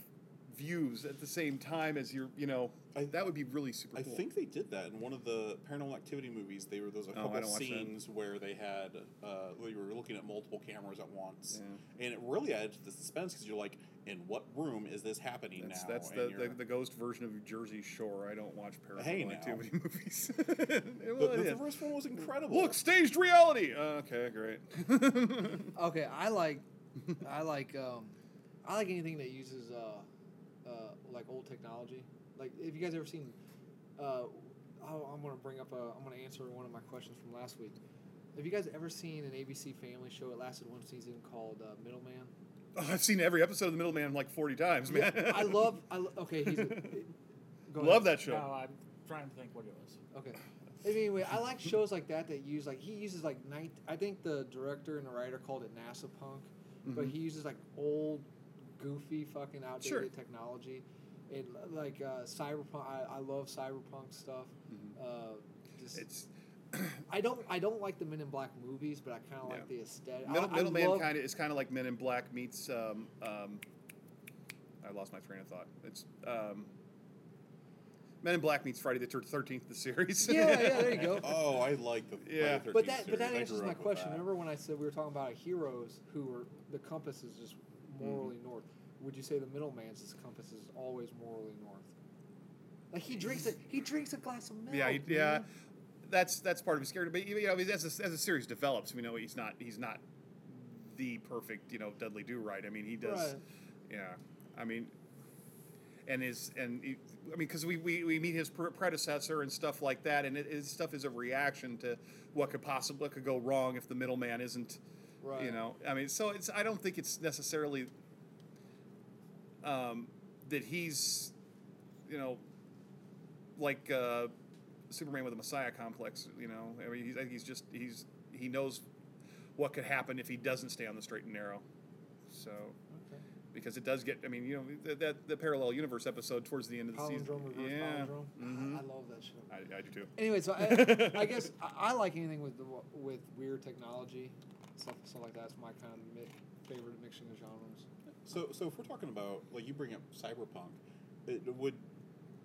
S3: views at the same time as your, you know,
S2: I-
S3: that would be really super
S2: I
S3: cool. Oh,
S2: think they did that in one of the Paranormal Activity movies. They were those a
S3: I
S2: couple
S3: don't watch that.
S2: scenes where they had uh, where you were looking at multiple cameras at once,
S3: Yeah.
S2: and it really adds to the suspense because you're like, in what room is this happening
S3: that's,
S2: now?
S3: that's
S2: And
S3: the, the,
S2: you're-
S3: the ghost version of Jersey Shore. I don't watch paranormal
S2: Hey, now.
S3: activity movies.
S2: the,
S3: Well,
S2: the,
S3: yeah.
S2: first one was incredible.
S3: Look, staged reality. Uh, okay, great.
S1: Okay, I like, I like, um, I like anything that uses uh, uh, like old technology. Like, have you guys ever seen? Uh, oh, I'm gonna bring up. A, I'm gonna answer one of my questions from last week. Have you guys ever seen an ABC Family show? It lasted one season called uh, Middleman.
S3: Oh, I've seen every episode of The Middleman like 40 times, man.
S1: I love. I lo- okay. He's a, go ahead.
S3: love that show.
S4: No, I'm trying to think what it was.
S1: Okay. Anyway, I like shows like that that use like he uses like night. I think the director and the writer called it NASA punk, but he uses like old, goofy, fucking outdated
S3: Mm-hmm. Sure.
S1: technology, and like uh, cyberpunk. I, I love cyberpunk stuff. Uh, just
S3: Mm-hmm. It's
S1: I don't I don't like the Men in Black movies, but I kind of like
S3: Yeah.
S1: the aesthetic. I-
S3: Middle,
S1: I
S3: Middleman
S1: love-
S3: kind of is kind of like Men in Black meets. Um, um, I lost my train of thought. It's um, Men in Black meets Friday the Thirteenth, the series.
S1: Yeah, yeah. There you go.
S2: oh, I like the Friday
S3: Yeah.
S2: the
S1: But
S2: 13th
S1: that, but
S2: series.
S1: that
S2: I
S1: answers
S2: grew
S1: my
S2: up with
S1: question.
S2: that.
S1: Remember when I said we were talking about heroes who were the compass is just morally
S3: Mm-hmm.
S1: north? Would you say the middleman's compass is always morally north? Like he drinks a he drinks a glass of milk.
S3: yeah, he- yeah.
S1: man.
S3: That's that's part of his character. But you know, I mean, as the, as the series develops, we know he's not he's not the perfect you know Dudley Do Right. I mean, he does.
S1: Right.
S3: Yeah, I mean, and his and he, I mean, because we, we we meet his pre- predecessor and stuff like that, and it, his stuff is a reaction to what could possibly what could go wrong if the middleman isn't. You
S1: Right.
S3: know, I mean, so it's I don't think it's necessarily um, that he's you know like uh, Superman with a Messiah complex. You know, I mean, he's, I think he's just he's he knows what could happen if he doesn't stay on the straight and narrow. So
S1: Okay.
S3: because it does get, I mean, you know, th- that the parallel universe episode towards the end of the season.
S1: Palindrome reverse
S3: yeah,
S1: palindrome.
S3: Mhm.
S1: I love that show.
S3: I, I do too.
S1: Anyway, so I, I guess I, I like anything with the, with weird technology, stuff stuff like that. It's my kind of mi- favorite mixing of genres.
S2: So, so if we're talking about like you bring up cyberpunk, it would,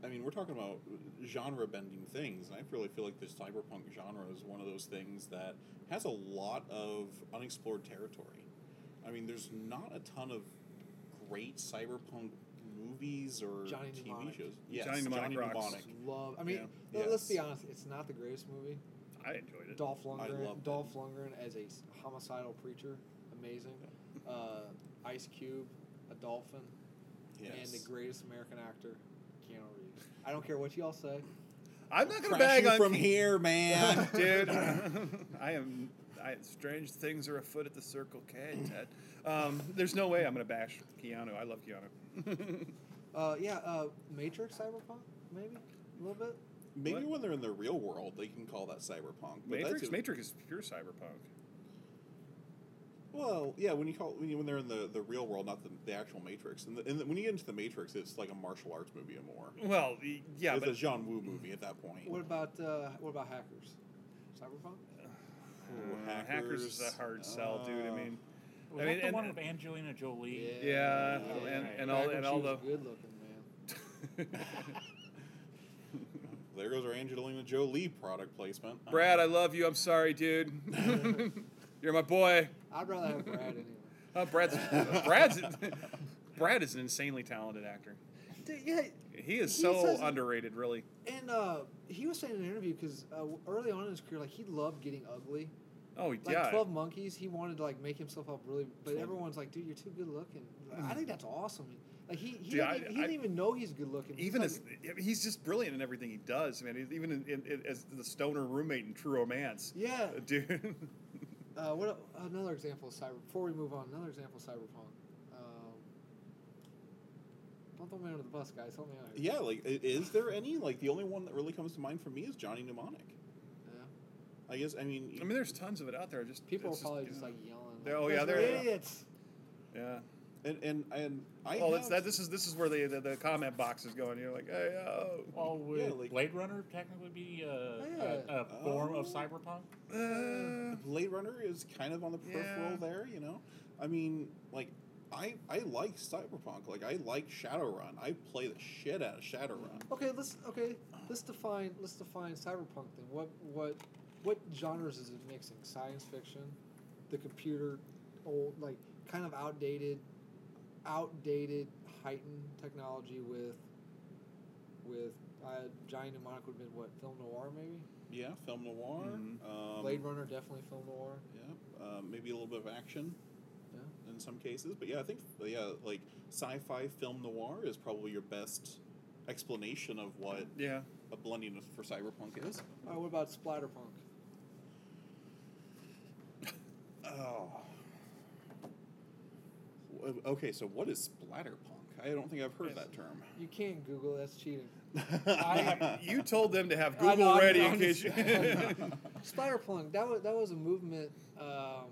S2: I mean, we're talking about genre bending things, and I really feel like the cyberpunk genre is one of those things that has a lot of unexplored territory. I mean, there's not a ton of great cyberpunk movies or
S1: Johnny
S2: TV
S1: Mnemonic.
S2: shows. Yes,
S3: Johnny Mnemonic rocks.
S2: Mnemonic.
S1: Love. I mean,
S3: Yeah.
S1: let- let's be
S2: Yes.
S1: honest. It's not the greatest movie.
S3: I enjoyed it.
S1: Dolph
S2: loved
S1: Lundgren,
S2: it.
S1: Dolph Lundgren as a s- homicidal preacher, amazing. Uh, Ice Cube, a dolphin, and
S2: Yes.
S1: the greatest American actor, Keanu Reeves. I don't care what y'all say.
S3: I'm not gonna
S2: Crash
S3: bag
S2: you
S3: on
S2: from here, man.
S3: dude. I am. I, strange things are afoot at the Circle K, Ted. Um, there's no way I'm gonna bash Keanu. I love Keanu.
S1: Uh, yeah, uh, Matrix, Cyberpunk, maybe a little bit.
S2: Maybe
S3: What?
S2: when they're in the real world, they can call that cyberpunk. but that's
S3: Matrix.
S2: it.
S3: Matrix is pure cyberpunk.
S2: Well, yeah, when you call when, you, when they're in the, the real world, not the, the actual Matrix, and, the, and the, when you get into the Matrix, it's like a martial arts movie or more.
S3: Well, y- yeah,
S2: it's
S3: but
S2: a John Woo movie at that point.
S1: What about uh, what about hackers? Cyberpunk.
S2: Ooh,
S3: uh, hackers. is a hard sell, dude. I
S2: Uh,
S3: mean,
S4: Was
S3: I mean,
S4: that the
S3: and-
S4: one with Angelina Jolie?
S3: Yeah, and- and all-
S1: Back when
S3: and
S1: she
S3: all
S1: was
S3: the-
S1: good looking man.
S2: there goes our Angelina Jolie product placement. Um,
S3: Brad, I love you. I'm sorry, dude. You're my boy.
S1: I'd rather have Brad anyway.
S3: Uh, Brad's Brad's Brad is an insanely talented actor.
S1: Dude, yeah,
S3: He is
S1: He
S3: so
S1: says-
S3: underrated, really.
S1: And uh, he was saying in an interview because uh, w- early on in his career, like he loved getting ugly.
S3: Oh
S1: Like
S3: yeah,
S1: Twelve Monkeys, he wanted to like make himself up really, but everyone's like, "Dude, you're too good looking." Like, I think that's awesome. Like he he,
S3: Mm. Dude,
S1: didn't,
S3: I-
S1: e- he didn't
S3: I-
S1: even know he's good looking. He's
S3: even
S1: like,
S3: as he's just brilliant in everything he does. Man, He's even in, in, in- as the stoner roommate in True Romance.
S1: yeah.
S3: Uh, dude.
S1: Uh, what el- another example of cyber? Before we move on, another example of cyberpunk. Um, don't throw me under the bus, guys. Help me out here.
S2: Yeah, like i- is there any like the only one that really comes to mind for me is Johnny Mnemonic.
S1: Yeah.
S2: I guess I mean
S3: I mean, there's tons of it out there. Just
S1: People are
S3: it's
S1: probably just like yelling.
S3: They're-
S1: like,
S3: oh, yeah,
S1: "Those
S3: they're-
S1: are idiots.
S3: yeah.
S2: and and, and I
S3: Well,
S2: have,
S3: that's that. This is this is where the, the the comment box is going. You're like, hey, oh,
S4: Well, would
S2: Yeah, like-
S4: Blade Runner technically be uh, a,
S1: Yeah.
S4: a form of
S2: Oh.
S4: cyberpunk?
S3: uh,
S2: Blade Runner is kind of on the peripheral
S3: Yeah.
S2: there, you know. I mean, like I I like Cyberpunk. Like I like Shadowrun. I play the shit out of Shadowrun.
S1: Okay, let's okay. Let's define let's define cyberpunk then. What what what genres is it mixing? Science fiction, the computer, old like kind of outdated, outdated heightened technology with with uh, giant mnemonic would have been what film noir maybe
S2: Yeah, film noir. Um,
S1: Blade Runner definitely film noir.
S2: Yeah, uh, maybe a little bit of action
S1: Yeah.
S2: in some cases, but yeah, I think yeah, like sci-fi film noir is probably your best explanation of what
S3: Yeah.
S2: a blending of- for cyberpunk is.
S1: All right, Uh, what about splatterpunk?
S2: Oh. W- Okay, so what is splatterpunk? I don't think I've heard that term.
S1: You can't Google. That's cheating.
S4: I have-
S3: You told them to have
S1: I know,
S3: Google
S1: I'm-
S3: ready
S1: I'm
S3: in case
S1: just-
S3: you.
S1: Splatterpunk. That was that was a movement. Um,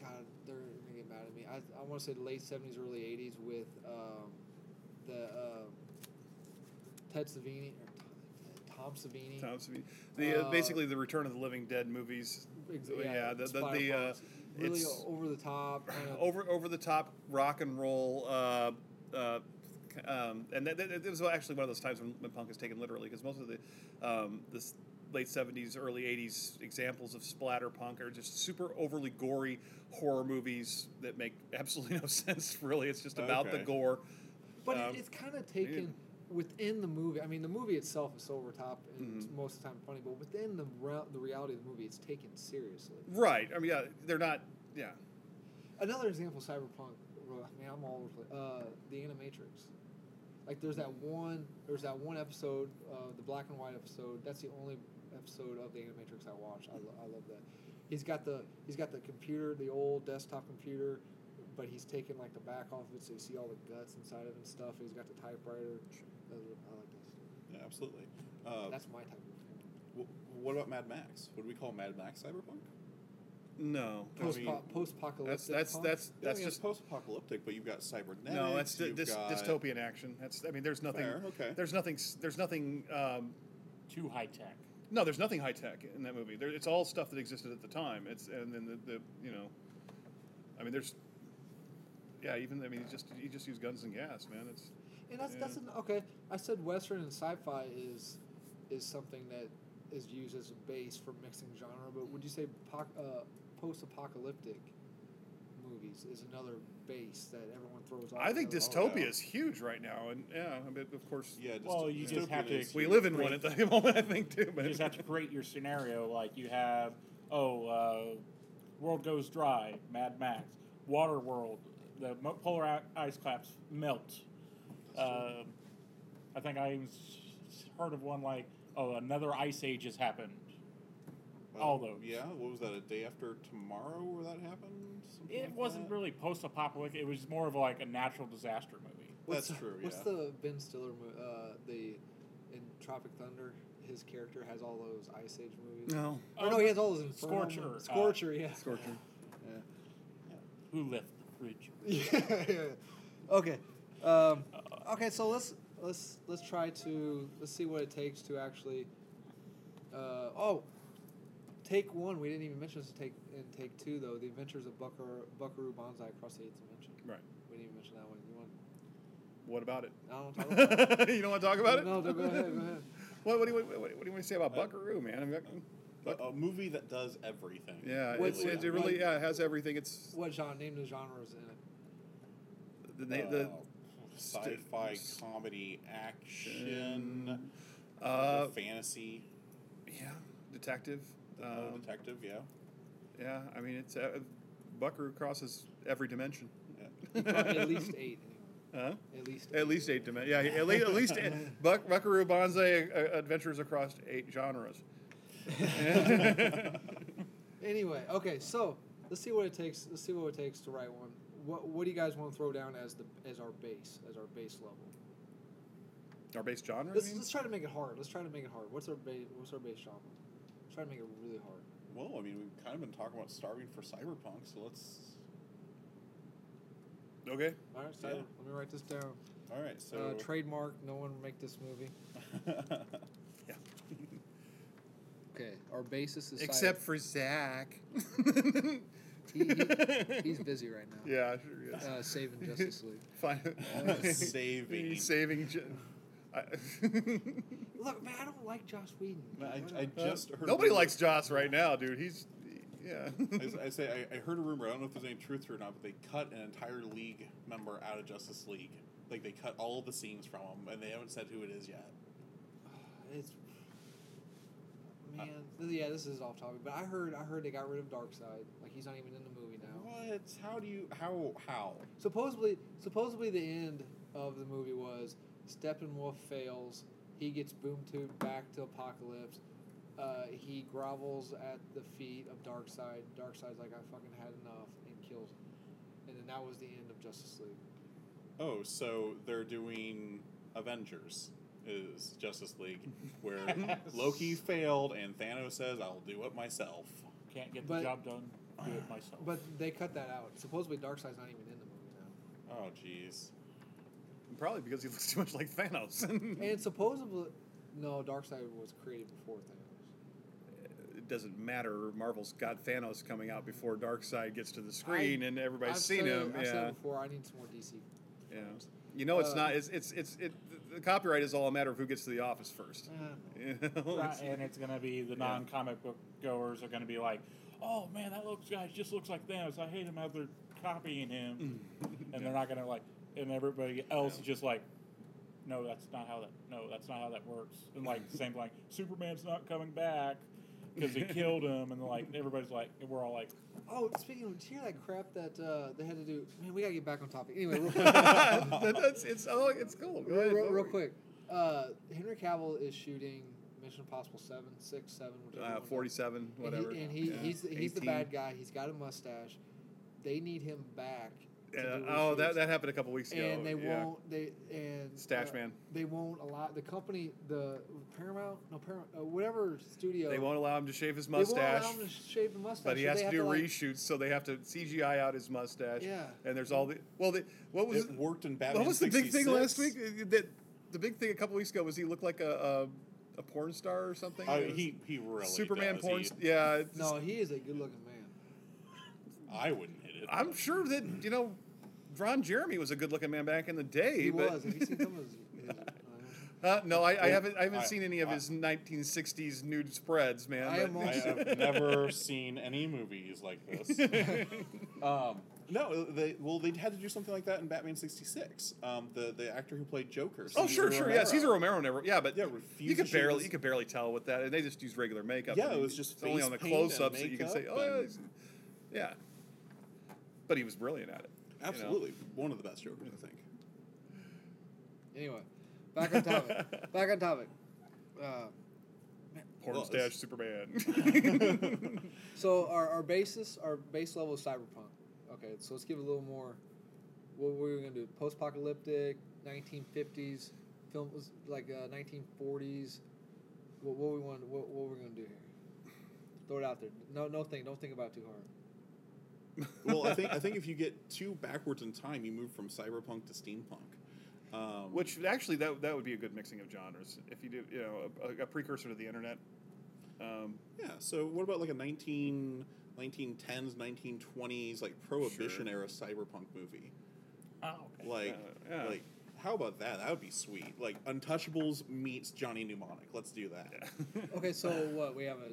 S1: God, they're gonna get mad at me. I, I want to say the late seventies, early eighties with um, the um, Ted Savini or Tom, Tom Savini.
S3: Tom Savini. The, uh,
S1: Uh,
S3: basically the Return of the Living Dead movies.
S1: Ex-
S3: Oh, yeah, the- the- the, uh,
S1: Splatterpunks. really uh,
S3: it's-
S1: over the top. Kind of,
S3: over over the top rock and roll. Uh, uh, c- um, and that, that, that was actually one of those times when, when punk is taken literally because most of the um, this late 70s early 80s examples of splatter punk are just super overly gory horror movies that make absolutely no sense really it's just about the
S2: Okay.
S3: gore
S1: But
S3: Um,
S1: it, it's kind of taken within the movie. I mean, the movie itself is over the top and it's
S3: Mm-hmm.
S1: most of the time funny, but within the rea- the reality of the movie, it's taken seriously.
S3: right i mean yeah they're not yeah
S1: Another example, of cyberpunk. well, Man, I'm all over the place. Uh, the Animatrix. Like, there's that one. There's that one episode, uh, the black and white episode. That's the only episode of the Animatrix I watch. I, lo- I love that. He's got the he's got the computer, the old desktop computer, but he's taken like the back off of it, so you see all the guts inside of it and stuff. He's got the typewriter. I like that.
S2: Yeah, absolutely.
S3: Oh.
S2: Uh,
S1: That's my type of
S2: wh- what about Mad Max? Would we call Mad Max cyberpunk?
S3: no I
S1: post
S3: mean,
S1: post apocalyptic.
S3: that's that's that's
S2: Yeah, I
S3: that's
S2: mean,
S3: just
S2: it's post-apocalyptic, but you've got cybernetics.
S3: No, that's di-
S2: you've
S3: dis-
S2: got-
S3: dystopian action. That's I mean, there's nothing.
S2: Fair, okay.
S3: There's nothing. s- There's nothing. Um,
S4: too high tech.
S3: no, there's nothing high tech in that movie. There, it's all stuff that existed at the time. It's and then the, the you know, I mean, there's. Yeah, even I mean, you just you just use guns and gas, man. It's
S1: And that's that's
S3: Yeah.
S1: an, okay. I said western and sci-fi is is something that is used as a base for mixing genre, but would you say poc- uh, post-apocalyptic movies is another base that everyone throws off? Oh,
S3: I think
S1: the other-
S3: dystopia
S2: oh, yeah.
S3: is huge right now, and yeah, I mean, of course,
S2: Yeah, dyst-
S4: Well, you just have
S2: dystopian
S4: to-
S2: is-
S3: we live in one at the moment. I think too,
S4: You
S3: but
S4: just have to create your scenario. Like you have, oh, uh, world goes dry, Mad Max, Water World, the mo- polar i- ice caps melt. Um I think I even s- heard of one like, oh, another ice age has happened. all
S2: Um,
S4: those.
S2: Yeah, what was that? A day after tomorrow where that happened? Something
S4: It
S2: like
S4: wasn't
S2: that?
S4: really post-apocalyptic. It was more of like a natural disaster movie.
S1: What's
S2: That's
S1: the-
S2: true,
S1: What's
S2: yeah.
S1: the Ben Stiller mo- uh, the in Tropic Thunder? His character has all those Ice Age movies.
S3: no,
S1: Oh, no,
S4: Oh,
S1: he has all those Inferno
S4: Scorcher,
S1: movies.
S4: uh,
S1: Scorcher, yeah.
S3: scorcher.
S4: Who left the fridge?
S1: yeah. Okay. Um, okay. So let's let's let's try to let's see what it takes to actually. Uh, oh, take one. We didn't even mention this. Take in take two though. The Adventures of Buckaroo, Buckaroo Banzai across the eighth dimension.
S3: Right.
S1: We didn't even mention that one. You want?
S3: What about it?
S1: I don't know. Talk about it.
S3: you don't want to talk about it?
S1: No, no, go ahead, go ahead. Uh,
S3: What, what, do you, what, what do you want to say about Buckaroo, man? I'm got,
S2: But a movie that does everything.
S3: Yeah,
S1: What's-
S3: it's, it, it really yeah it has everything. It's
S1: What genre? Name the genres in it.
S3: the, na- the
S2: uh, Oh. sci-fi,
S3: st- um,
S2: comedy, action,
S3: uh,
S2: fantasy,
S3: yeah detective.
S2: oh,
S3: Um,
S2: detective. Yeah.
S3: yeah, I mean it's uh, Buckaroo crosses every dimension.
S2: yeah.
S1: Probably at least eight.
S3: Huh?
S1: Anyway. At least.
S3: At least eight dimensions. Yeah, at least, at least eight- Buck, Buckaroo Banzai uh, adventures across eight genres.
S1: Anyway, okay, so let's see what it takes. Let's see what it takes to write one. What What do you guys want to throw down as the as our base, as our base level?
S3: Our base genre. I
S1: Let's,
S3: mean?
S1: let's try to make it hard. Let's try to make it hard. What's our base? What's our base genre? Let's try to make it really hard.
S2: Well, I mean, we've kind of been talking about starving for cyberpunk, so let's.
S3: Okay.
S1: All right, so
S2: Yeah.
S1: let me write this down.
S2: All right, so.
S1: uh, trademark. No one make this movie.
S3: Uh, Yeah.
S1: Okay, our basis is
S3: Except for Zach.
S1: He, he- he's busy right now.
S3: Yeah, sure is.
S1: Uh, saving Justice League.
S3: Fine.
S2: Saving.
S3: Saving. Ju- I-
S1: Look, man, I don't like Joss Whedon.
S2: Man, I, I just heard. a
S3: Nobody
S2: rumor-
S3: likes Joss right now, dude. He's yeah.
S2: I, I say I, I heard a rumor. I don't know if there's any truth to it or not, but they cut an entire league member out of Justice League. Like they cut all of the scenes from him, and they haven't said who it is yet.
S1: It's man, th- yeah, this is off topic, but I heard I heard they got rid of Darkseid. Like he's not even in the movie now.
S2: What? How do you? How? How?
S1: Supposedly, supposedly the end of the movie was Steppenwolf fails. He gets boom tubed back to Apocalypse. Uh, he grovels at the feet of Darkseid. Darkseid's like, I fucking had enough, and kills him. And then that was the end of Justice League.
S2: Oh, so they're doing Avengers is Justice League, where Loki failed and Thanos says, "I'll do it myself."
S4: Can't get the
S1: But-
S4: job done. Do it myself.
S1: But they cut that out. Supposedly, Darkseid's not even in the movie now.
S2: Oh, jeez.
S3: Probably because he looks too much like Thanos.
S1: And supposedly, no, Darkseid was created before Thanos.
S3: it doesn't matter. Marvel's got Thanos coming out before Darkseid gets to the screen,
S1: I-
S3: and everybody's
S1: I've
S3: seen
S1: said it-
S3: him.
S1: I've said
S3: yeah.
S1: it before. I need some more DC.
S3: Yeah. You know, it's
S1: Uh,
S3: not. It's it's it's it. The copyright is all a matter of who gets to the office first.
S1: Ah,
S3: You know,
S4: Right,
S3: it's-
S4: and it's gonna be the non-comic book goers are gonna be like, "Oh man, that looks guy just looks like Thanos. I hate him how they're copying him."
S3: Mm.
S4: and they're not gonna like, and everybody else is just like, "No, that's not how that. No, that's not how that works." And like same like Superman's not coming back because he killed him, and like everybody's like, we're all like,
S1: Oh, speaking of, did you hear that crap that uh, they had to do? Man, we gotta get back on topic. Anyway, real quick,
S3: That- that's, it's oh, it's cool. Go
S1: real,
S3: ahead,
S1: real-
S3: don't
S1: real
S3: worry.
S1: quick. Uh, Henry Cavill is shooting Mission Impossible seven, six, seven, whichever
S3: Uh,
S1: one.
S3: Forty-seven,
S1: And he-
S3: whatever.
S1: And he,
S3: Yeah.
S1: he's he's the
S3: 18.
S1: bad guy. He's got a mustache. They need him back. to
S3: Yeah.
S1: do
S3: Oh, that,
S1: reshoots.
S3: that happened a couple weeks ago.
S1: and they
S3: yeah.
S1: won't. They and
S3: Stash
S1: uh,
S3: Man.
S1: They won't allow the company, the Paramount, no Paramount, uh, whatever studio.
S3: They won't allow him to shave his
S1: they won't allow
S3: mustache.
S1: him to shave the mustache.
S3: But he
S1: so
S3: has
S1: they
S3: to
S1: have
S3: do
S1: like-
S3: reshoots, so they have to CGI out his mustache.
S1: Yeah.
S3: And there's all the well, the, what was
S2: It worked in Batman.
S3: what was the big thing
S2: 66?
S3: last week? Uh, That the big thing a couple weeks ago was he looked like a a, a porn star or something.
S2: Uh,
S3: It was
S2: he he really
S3: Superman
S2: does.
S3: porn.
S2: He-
S3: st- yeah. it's-
S1: No, he is a good-looking man.
S2: I wouldn't hit it.
S3: I'm sure that you know, Ron Jeremy was a good-looking man back in the day.
S1: He
S3: but,
S1: was. Have you seen some of his? his uh,
S3: Uh, no, I, I
S2: Oh,
S3: haven't. I haven't
S2: I-
S3: seen any of
S2: I-
S3: his 1960s nude spreads, man.
S1: I
S3: but-
S1: am
S2: I have never seen any movies like this. um, no, they well they had to do something like that in Batman '66. Um, the the actor who played Joker. Cesar
S3: Oh sure, sure, yeah.
S2: Romero.
S3: Caesar Romero never, yeah, but
S2: Yeah,
S3: you
S2: refused to
S3: could
S2: shave
S3: barely,
S2: his-
S3: you could barely tell with that, and they just use regular makeup.
S2: Yeah,
S3: I
S2: it
S3: mean,
S2: was just
S3: it's only
S2: face
S3: on the
S2: paint and
S3: close-ups that you can say,
S2: makeup
S3: oh yeah,
S2: and-
S3: he's- yeah. But he was brilliant at it. you know?
S2: Absolutely, one of the best Jokers, I think.
S1: anyway, back on topic. back on topic. Uh,
S3: Porn
S2: Well,
S3: stash
S2: it's-
S3: Superman.
S1: so our, our basis, our base level is cyberpunk. Okay, so let's give it a little more. What were we gonna do? Post-apocalyptic, 1950s film was like uh, 1940s. What, what we want? What, what we're gonna do here? Throw it out there. No, no think. Don't think about it too hard.
S2: well, I think I think if you get too backwards in time, you move from cyberpunk to steampunk. Um,
S3: Which actually, that that would be a good mixing of genres if you do, you know, a, a precursor to the internet. Um,
S2: yeah. So what about like a 19, 1910s, 1920s like prohibition era cyberpunk movie?
S4: "Oh, okay."
S2: Like,
S3: Uh, yeah.
S2: like how about that? That would be sweet. Like Untouchables meets Johnny Mnemonic. Let's do that.
S1: Okay, so what we have a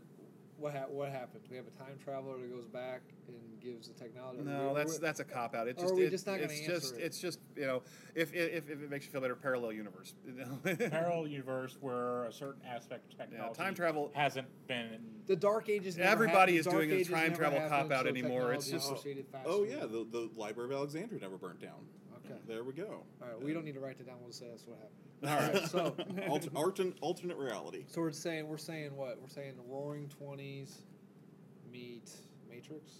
S1: what ha- what happened? We have a time traveler that goes back and gives the technology.
S3: No,
S1: we-
S3: that's
S1: we're-
S3: that's a cop out. It
S1: Or
S3: just,
S1: are we
S3: it-
S1: just not gonna
S3: it's
S1: answer
S3: just
S1: it?
S3: it's just you know if if, if it makes you feel better, parallel universe. you know?
S4: parallel universe where a certain aspect of
S3: Yeah,
S4: technology
S3: time travel.
S4: hasn't been.
S1: the dark ages. Never happened.
S3: Everybody is
S1: Dark
S3: doing a
S1: Ages
S3: time
S1: never
S3: travel
S1: happened,
S3: cop-out
S1: so
S3: anymore. It's
S1: technology
S3: just-
S1: proceeded faster.
S2: Oh yeah, the, the Library of Alexandria never burnt down.
S1: Okay.
S2: There we go.
S1: All right, we don't need to write that down. We'll just say that's what happened.
S2: All right.
S1: so
S2: Alter, altern, alternate reality.
S1: so we're saying we're saying what we're saying the Roaring Twenties meet Matrix,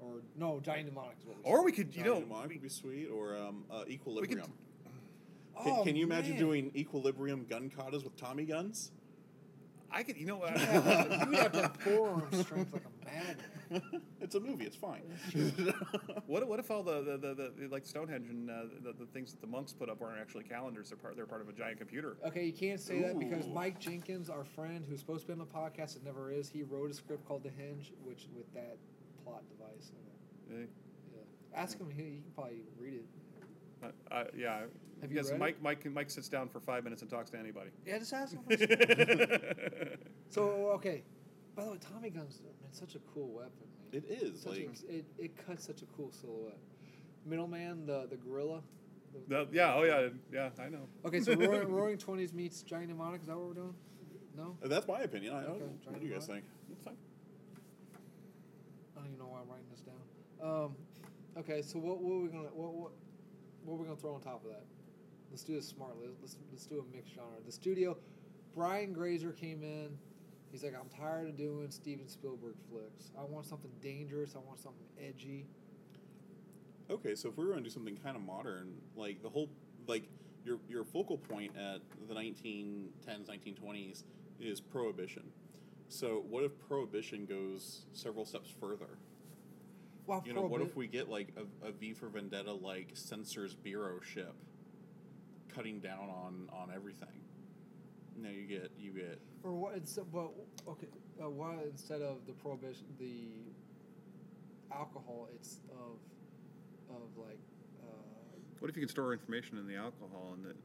S1: or no Giant Demonic is what we
S3: Or we could you
S2: Johnny
S3: know
S2: Mnemonic
S3: we-
S2: would be sweet, or um, uh, Equilibrium.
S3: could-
S1: said.
S2: Can,
S1: Oh,
S2: can you imagine
S1: man.
S2: doing equilibrium gun katas with Tommy guns?
S3: I could you know
S1: You'd have to- you'd have to have forearm strength like a madman.
S2: it's a movie. It's fine.
S3: what what if all the the, the, the like Stonehenge and uh, the, the things that the monks put up aren't actually calendars? They're part they're part of a giant computer.
S1: Okay, you can't say that because
S2: Ooh.
S1: Mike Jenkins, our friend who's supposed to be on the podcast and never is, he wrote a script called The Hinge, which with that plot device in there.
S3: Eh,
S1: Yeah. Ask him. He, he can probably read it.
S3: I- I- Uh, yeah.
S1: Have you
S3: yes,
S1: read it?
S3: Mike, Mike, Mike sits down for five minutes and talks to anybody.
S1: Yeah, just ask him. first.
S3: yeah,
S1: so okay. By the way, Tommy guns are man, such a cool weapon. Man.
S2: It is
S1: Such a-
S2: like
S1: it, it cuts such a cool silhouette. Middleman, the the gorilla.
S3: oh yeah, yeah, I know.
S1: Okay, so roaring, roaring twenties meets giant mnemonic. Is that what we're doing? No,
S2: that's my opinion. I, I
S1: Okay,
S2: don't, what do you guys think?
S3: It's fine.
S1: I don't even know why I'm writing this down. Um, okay, so what, what are we gonna what, what what are we gonna throw on top of that? Let's do this smartly. Let's let's, let's do a mixed genre. The studio, Brian Grazer came in. He's like, I'm tired of doing Steven Spielberg flicks. I want something dangerous. I want something edgy.
S2: Okay, so if we were going to do something kind of modern, like the whole like your your focal point at the 1910s, 1920s is prohibition. So what if prohibition goes several steps further?
S1: Well,
S2: You know, what
S1: prohibi-
S2: if we get like a, a V for Vendetta like censors bureau ship cutting down on on everything? Now you get you get
S1: Or what? It's, but okay, uh, why instead of the prohibition, the alcohol, it's of of like uh,
S3: What if you could store information in the alcohol and that?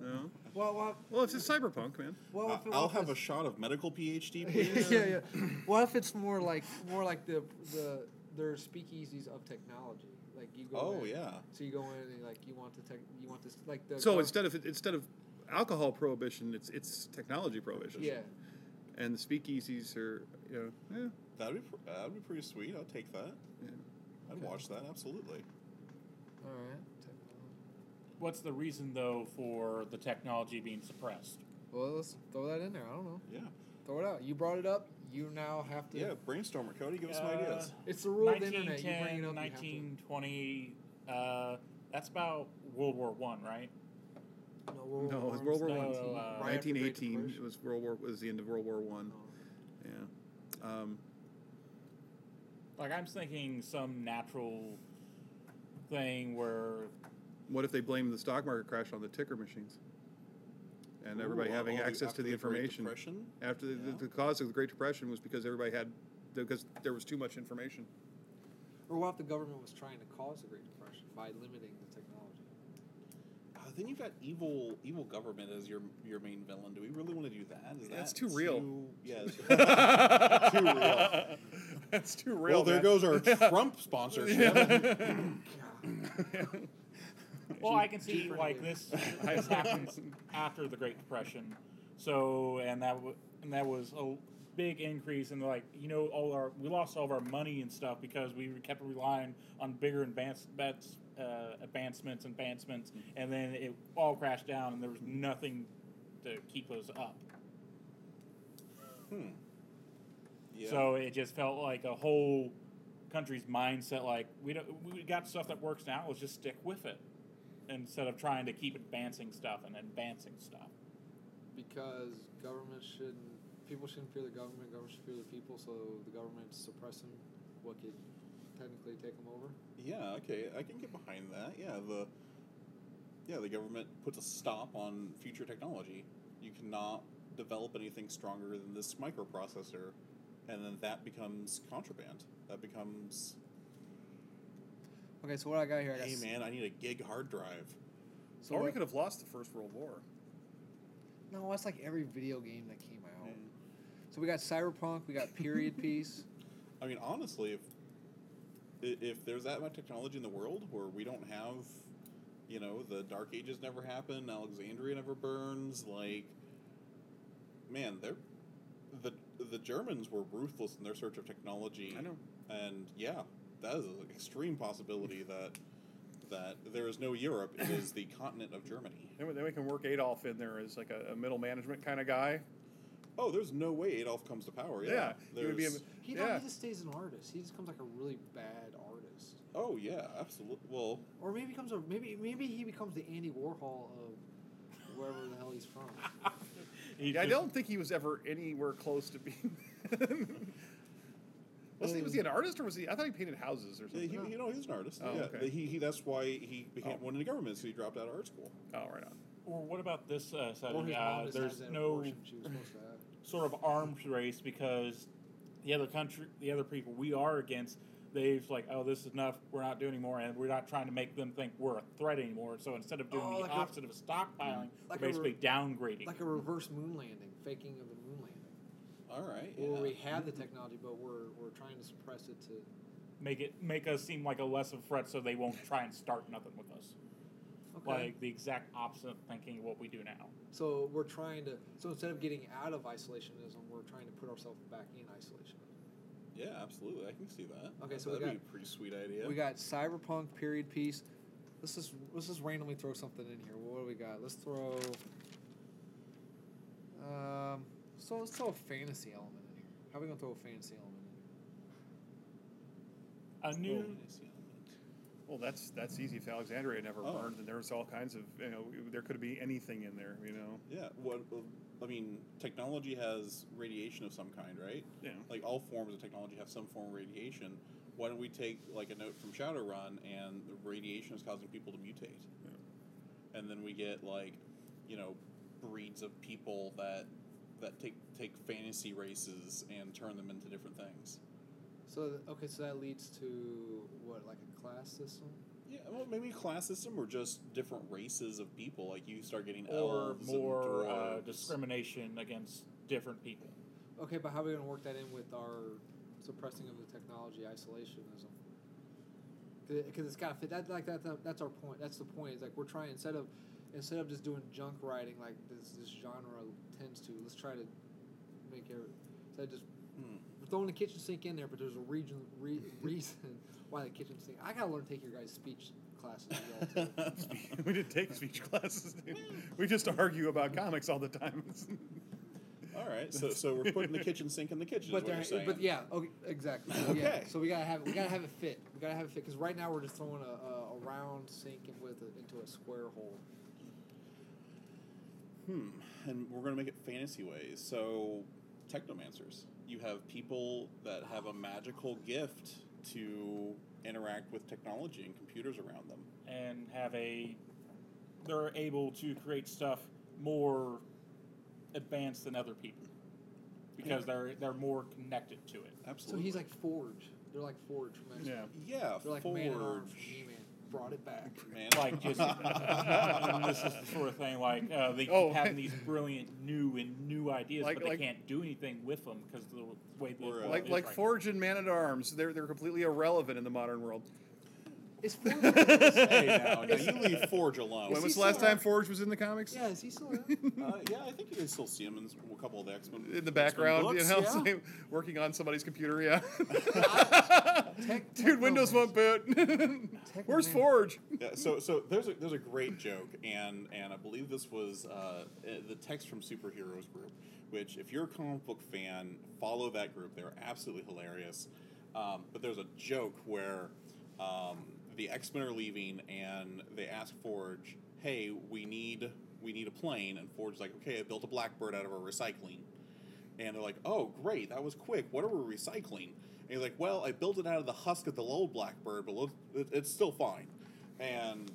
S1: no.
S3: No.
S1: Well, well,
S3: Well, it's just cyberpunk, man.
S1: well
S2: I-
S1: if it-
S2: I'll
S1: if
S2: have a
S1: it's-
S2: shot of medical PhD, please.
S1: yeah, yeah. What if it's more like more like the the their speakeasies of technology? Like you go.
S2: Oh
S1: in,
S2: yeah.
S1: So you go in and like you want the tech, you want this like the.
S3: So
S1: gov-
S3: instead of instead of alcohol prohibition, it's it's technology prohibition.
S1: Yeah.
S3: And the speakeasies are, you know, eh, yeah.
S2: That'd be pr- that'd be pretty sweet. I'd take that.
S3: Yeah.
S2: I'd
S1: Okay.
S2: watch that absolutely.
S1: All right. Technology.
S4: What's the reason though for the technology being suppressed?
S1: Well, let's throw that in there. I don't know.
S2: Yeah,
S1: Throw it out. You brought it up. You now have to.
S2: yeah. Brainstorm it, Cody. Give us some
S4: Uh,
S2: ideas.
S1: It's the rule of the internet. You bring it
S4: 1910,
S1: up.
S4: 1920. Uh, that's about World War One, right?
S1: You have to. No, World
S3: No,
S1: War
S3: it's
S1: One.
S3: World War
S4: No,
S3: One.
S4: uh,
S3: Oh,
S1: Right after the Great
S3: 1918
S1: Depression.
S3: was World War was the end of World War One. Yeah. Um,
S4: Like I'm thinking some natural thing where
S3: what if they blame the stock market crash on the ticker machines? And everybody
S2: Ooh,
S3: having
S2: all
S3: access
S2: after
S3: to the
S2: Great
S3: information.
S2: Depression?
S3: After the, the,
S2: Yeah.
S3: the cause of the Great Depression was because everybody had because there was too much information.
S1: Or what if the government was trying to cause the Great Depression by limiting the technology?
S2: Uh, then you've got evil, evil government as your your main villain. Do we really want to do that? Is
S3: That's
S2: that
S3: too real.
S2: yeah. that's-
S3: too
S2: real.
S3: That's too real.
S2: well, there
S3: man.
S2: goes our Trump sponsorship.
S4: Well, I can see
S1: cheaper to
S4: like
S1: do.
S4: this, this happens after the Great Depression. So, and that w- and that was a big increase in like you know all our we lost all of our money and stuff because we kept relying on bigger advance bets, uh, advancements, advancements, and then it all crashed down and there was nothing to keep those up.
S2: Hmm. Yeah.
S4: So it just felt like a whole country's mindset like we don't we got stuff that works now, let's just stick with it instead of trying to keep advancing stuff and advancing stuff.
S1: Because government shouldn't, people shouldn't fear the government. Government should fear the people. So the government's suppressing what could technically take them over.
S2: yeah. Okay. I can get behind that. Yeah. The yeah the government puts a stop on future technology. You cannot develop anything stronger than this microprocessor, and then that becomes contraband. That becomes
S1: Okay, so what I got here, I got.
S2: hey
S1: s-
S2: man, I need a gig hard drive.
S1: So
S3: Or we
S1: what-
S3: could have lost the First World War.
S1: no, that's like every video game that came out.
S2: And-
S1: So we got cyberpunk. We got period piece.
S2: I mean, honestly, if i- if there's that much technology in the world where we don't have, you know, the Dark Ages never happened, Alexandria never burns, like, man, they're the the Germans were ruthless in their search of technology.
S3: I know.
S2: and yeah, that is an extreme possibility that that there is no Europe; it is the continent of Germany.
S3: Then we, then we can work Adolf in there as like a, a middle management kind of guy.
S2: Oh, there's no way Adolf comes to power. Yeah,
S3: Yeah, he
S2: there's,
S3: would be a-
S1: He,
S3: Yeah.
S1: he just stays an artist. He just becomes like a really bad artist.
S2: oh yeah, absolutely. Well,
S1: Or maybe he becomes a maybe maybe he becomes the Andy Warhol of wherever the hell he's from.
S4: He
S3: Yeah, I
S4: just-
S3: don't think he was ever anywhere close to being. was he was he an artist or was he? I thought he painted houses or
S2: Yeah,
S3: something.
S2: he, you know, he's an artist.
S3: Oh,
S2: yeah,
S3: okay.
S2: he, he, that's why he became
S3: Oh.
S2: one in the government. because he dropped out of art school.
S3: oh, right on.
S4: Or what about this uh,
S1: or
S4: setting?
S1: his
S4: Uh,
S1: mom just has
S4: there's
S1: that
S4: no
S1: abortion she was supposed to have.
S4: sort of arms race because the other country, the other people we are against, they've like, oh, this is enough. We're not doing anymore, and we're not trying to make them think we're a threat anymore. So instead of doing
S1: Oh,
S4: the
S1: like a-
S4: opposite of stockpiling,
S1: Like
S4: we're
S1: a re-
S4: basically downgrading.
S1: Like a reverse moon landing, faking of the moon landing,
S2: All right.
S1: where
S2: yeah.
S1: we have the technology, but we're we're trying to suppress it to.
S4: make it make us seem like a less of a threat, so they won't try and start nothing with us.
S1: Okay.
S4: Like the exact opposite of thinking of what we do now.
S1: so we're trying to. So instead of getting out of isolationism, we're trying to put ourselves back in isolation.
S2: Yeah, absolutely. I can see that.
S1: Okay, so we
S2: that'd be a pretty sweet idea.
S1: We got cyberpunk period piece. Let's just let's just randomly throw something in here. What do we got? Let's throw. Um. So let's throw a fantasy element in here. How are we gonna throw a fantasy element in here?
S4: A new
S5: Well, that's that's easy. If Alexandria never
S2: Oh.
S5: burned, and there's all kinds of you know, there could be anything in there. You know,
S2: Yeah. What? I mean, technology has radiation of some kind, right?
S5: yeah.
S2: Like all forms of technology have some form of radiation. Why don't we take like a note from Shadowrun and the radiation is causing people to mutate, and then we get like, you know, breeds of people that that take take fantasy races and turn them into different things.
S1: So th- okay, so that leads to what, like a class system?
S2: Yeah, well, maybe a class system or just different races of people. Like you start getting
S4: or
S2: elves
S4: more
S2: and
S4: uh,
S2: dwarves.
S4: discrimination against different people.
S1: Okay, but how are we gonna work that in with our suppressing of the technology isolationism? Because it's gotta fit. That like that, that that's our point. That's the point. It's like we're trying instead of instead of just doing junk writing like this this genre tends to. Let's try to make it. Instead of just
S2: Hmm.
S1: we're throwing the kitchen sink in there, but there's a region re, reason why the kitchen sink. I gotta learn to take your guys' speech classes. Y'all too.
S5: we didn't take speech classes. dude. we just argue about comics all the time.
S2: All right, so so we're putting the kitchen sink in the kitchen.
S1: But
S2: is what
S1: there,
S2: you're saying.
S1: but yeah, okay, exactly. So, Yeah.
S2: Okay.
S1: So we gotta have we gotta have it fit. We gotta have it fit because right now we're just throwing a, a, a round sink in with a, into a square hole.
S2: Hmm. And we're going to make it fantasy ways. So, technomancers. You have people that have a magical gift to interact with technology and computers around them.
S4: and have a they're able to create stuff more advanced than other people because they're they're more connected to it.
S2: Absolutely.
S1: So he's like Forge. They're like Forge from X.
S5: yeah.
S2: yeah,
S1: They're like
S2: forge.
S1: Man at Arms from He-Man. Brought it back.
S2: Man-
S4: Like just and this is the sort of thing like uh, they keep
S5: Oh.
S4: having these brilliant new and new ideas,
S5: Like-
S4: but they
S5: like-
S4: can't do anything with them because the way the
S2: Or, uh,
S4: world
S5: Like
S4: is
S5: like
S4: right now.
S5: Forge and Man at Arms, they're they're completely irrelevant in the modern world.
S1: Is Forge? is,
S2: hey, now, now you leave Forge alone.
S5: When
S1: he
S5: was the last
S1: still-
S5: time Forge was in the comics?
S1: yeah. Is he still? Around?
S2: Uh, yeah, I think you can still see him in s- a couple of the X Men.
S5: Hmm. In the background, you know,
S1: yeah.
S5: same- working on somebody's computer. Yeah.
S1: Tech,
S5: Dude, Windows won't boot. Where's
S1: Technomancer.
S5: Forge?
S2: Yeah, so so there's a there's a great joke, and and I believe this was uh, eh, the text from Superheroes Group, which if you're a comic book fan, follow that group. They're absolutely hilarious. Um, but there's a joke where um, the X Men are leaving, and they ask Forge, "Hey, we need we need a plane," and Forge's like, "Okay, I built a Blackbird out of our recycling." And they're like, oh, great, that was quick. What are we recycling? And he's like, well, I built it out of the husk of the little blackbird, but look, it, it's still fine. And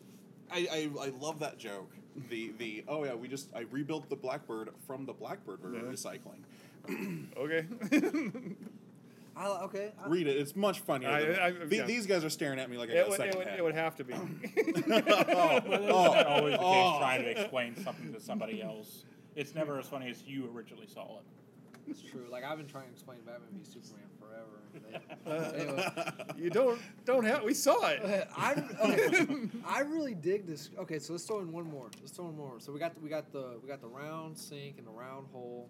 S2: I, I, I love that joke. The, the oh, yeah, we just, I rebuilt the blackbird from the blackbird we were
S5: Yeah.
S2: recycling.
S5: Okay.
S1: I, okay. I,
S2: Read it, it's much funnier.
S5: I-
S2: than-
S5: I-
S2: The-
S5: yeah.
S2: These guys are staring at me like I
S5: it,
S2: got
S5: would,
S2: second
S5: it, would,
S2: hand.
S5: it would have to be.
S4: Well, that's not always the case
S2: oh.
S4: trying to explain something to somebody else. It's never as funny as you originally saw it.
S1: it's true. Like I've been trying to explain Batman v Superman forever. and they- anyway.
S5: uh, you don't don't have. We saw it.
S1: Uh, I okay, I really dig this. Okay, so let's throw in one more. Let's throw in more. So we got we got the we got the round sink and the round hole.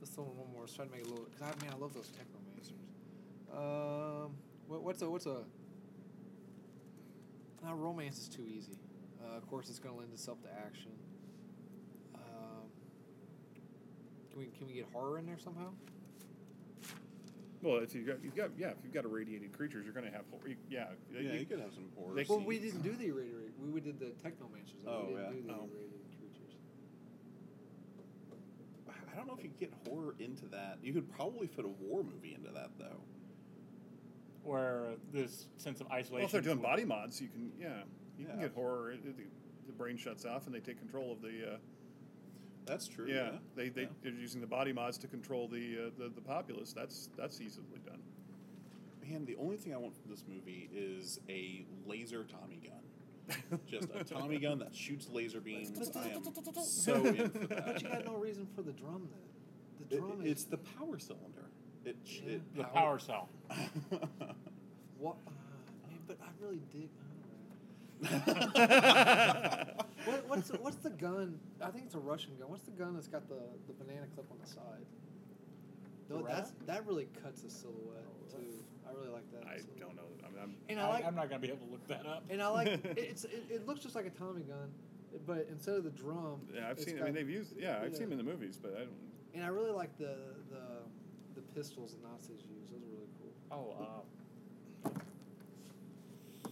S1: Let's throw in one more. Let's try to make it a little. Cause I man, I love those technomancers. Um, what, what's a what's a? Now romance is too easy. Uh, of course, it's gonna lend itself to action. Um, can we can we get horror in there somehow?
S5: Well, if you got, you've got, yeah, if you've got irradiated creatures, you're gonna have, you- yeah,
S2: yeah, you
S5: you-
S2: could have some horror.
S5: Like-
S1: Well, we
S2: scenes.
S1: didn't do the irradiated. We we did the technomancers. though.
S2: Oh,
S1: we didn't
S2: yeah.
S1: do the
S5: Oh.
S1: irradiated creatures.
S2: I don't know if you could get horror into that. You could probably fit a war movie into that, though.
S4: Where this sense of isolation.
S5: well, if they're doing
S4: would-
S5: body mods, you can, yeah, you can
S2: Yeah.
S5: get horror. It, it- the brain shuts off, and they take control of the. Uh,
S2: That's true.
S5: Yeah, they they
S2: Yeah.
S5: they're using the body mods to control the, uh, the the populace. That's that's easily done.
S2: Man, the only thing I want from this movie is a laser Tommy gun. Just a Tommy gun that shoots laser beams. I am so in for
S1: But
S2: that.
S1: you got no reason for the drum then. The
S2: It-
S1: drum is
S2: it's the power cylinder. It,
S1: Yeah.
S2: it
S4: The power cell.
S1: what? Uh, man, but I really dig. I don't know. What, what's the- what's the gun? I think it's a Russian gun. What's the gun that's got the, the banana clip on the side? Though that's, that really cuts the silhouette too. I really like that.
S5: Oh, I
S1: silhouette.
S5: don't know. I mean, I'm,
S1: And
S4: I
S1: I like
S4: am not gonna be able to look that up.
S1: and I like it- it's it, it looks just like a Tommy gun, but instead of the drum,
S5: yeah, I've
S1: it's
S5: seen. I
S1: got-
S5: mean, they've used. Yeah, I've
S1: yeah.
S5: seen them in the movies, but I don't.
S1: And I really like the the the pistols the Nazis use. Those are really cool.
S4: Oh, uh,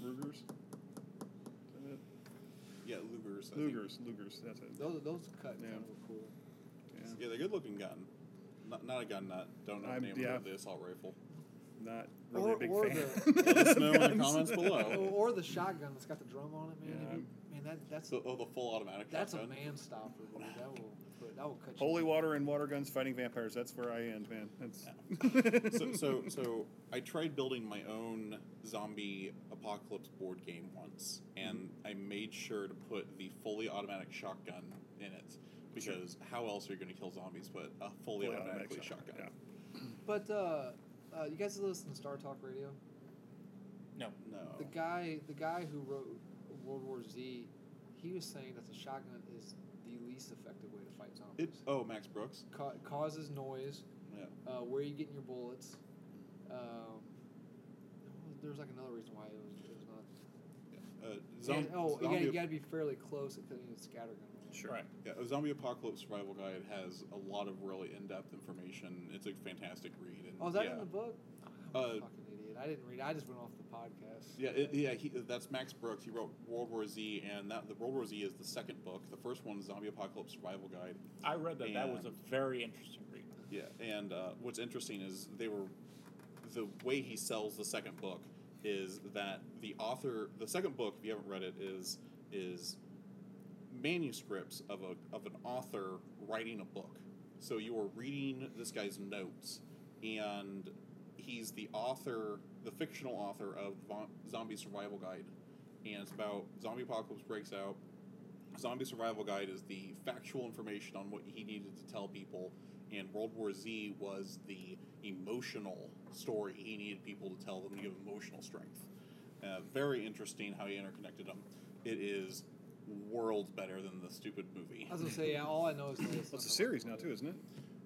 S5: Rugers.
S2: yeah, Luger's. I think.
S5: Lugers, Lugers. That's it.
S1: Those those cut
S5: Yeah.
S1: kind of were cool.
S5: Yeah.
S2: Yeah, the good looking gun. Not, not a gun nut. Don't know
S5: I'm-
S2: the name
S5: yeah.
S2: of the assault rifle.
S5: Not really
S1: Or-
S5: a big
S1: or
S5: fan.
S1: the-
S2: Let us know in
S5: Guns.
S2: the comments below.
S1: Or, or the shotgun that's got the drum on it, man.
S5: Yeah,
S1: Have you- man, that that's
S2: So, oh, the full automatic
S1: that's a
S2: shotgun.
S1: man stopper. Dude. That will put, that will cut you.
S5: Holy water and water guns fighting vampires. That's where I end, man. That's
S2: so, so, so I tried building my own zombie apocalypse board game once, and I made sure to put the fully automatic shotgun in it because how else are you going to kill zombies but a fully,
S5: Fully
S2: automatically
S5: automatic shotgun,
S2: shotgun?
S1: But uh, uh, you guys listen to Star Talk Radio?
S4: no.
S1: The
S5: Oh.
S2: No.
S1: guy the guy who wrote World War Z, he was saying that the shotgun is the least effective way to fight zombies.
S2: It, oh, Max Brooks.
S1: Ca- causes noise.
S2: Yeah.
S1: uh, where you getting your bullets.
S5: Hmm.
S1: Um, there was like another reason why it was, it was not.
S2: Uh, zom-
S1: And- oh, you
S2: zombie
S1: gotta, you gotta be fairly close because you need a scatter gun.
S5: sure.
S4: Right.
S2: Yeah, a zombie apocalypse survival guide has a lot of really in-depth information. It's a fantastic read. And
S1: Oh, is that
S2: yeah.
S1: in the book? Oh,
S2: Uh,
S1: I'm a fucking idiot. I didn't read. it. I just went off the podcast.
S2: Yeah, it, yeah. He, that's Max Brooks. He wrote World War Z, and that the World War Z is the second book. The first one, Zombie Apocalypse Survival Guide.
S4: I read that. That was
S2: Yeah.
S4: a very interesting read.
S2: Yeah, and uh, what's interesting is they were the way he sells the second book is that the author, the second book, if you haven't read it, is is manuscripts of a of an author writing a book. So you are reading this guy's notes, and he's the author, the fictional author of Von- Zombie Survival Guide, and it's about zombie apocalypse breaks out. Zombie Survival Guide is the factual information on what he needed to tell people, and World War Z was the emotional story he needed people to tell them to give emotional strength. Uh, very interesting how he interconnected them. It is worlds better than the stupid movie.
S1: I was gonna say, yeah, all I know is that it's,
S5: Well, it's a
S1: not-
S5: series now too, isn't it?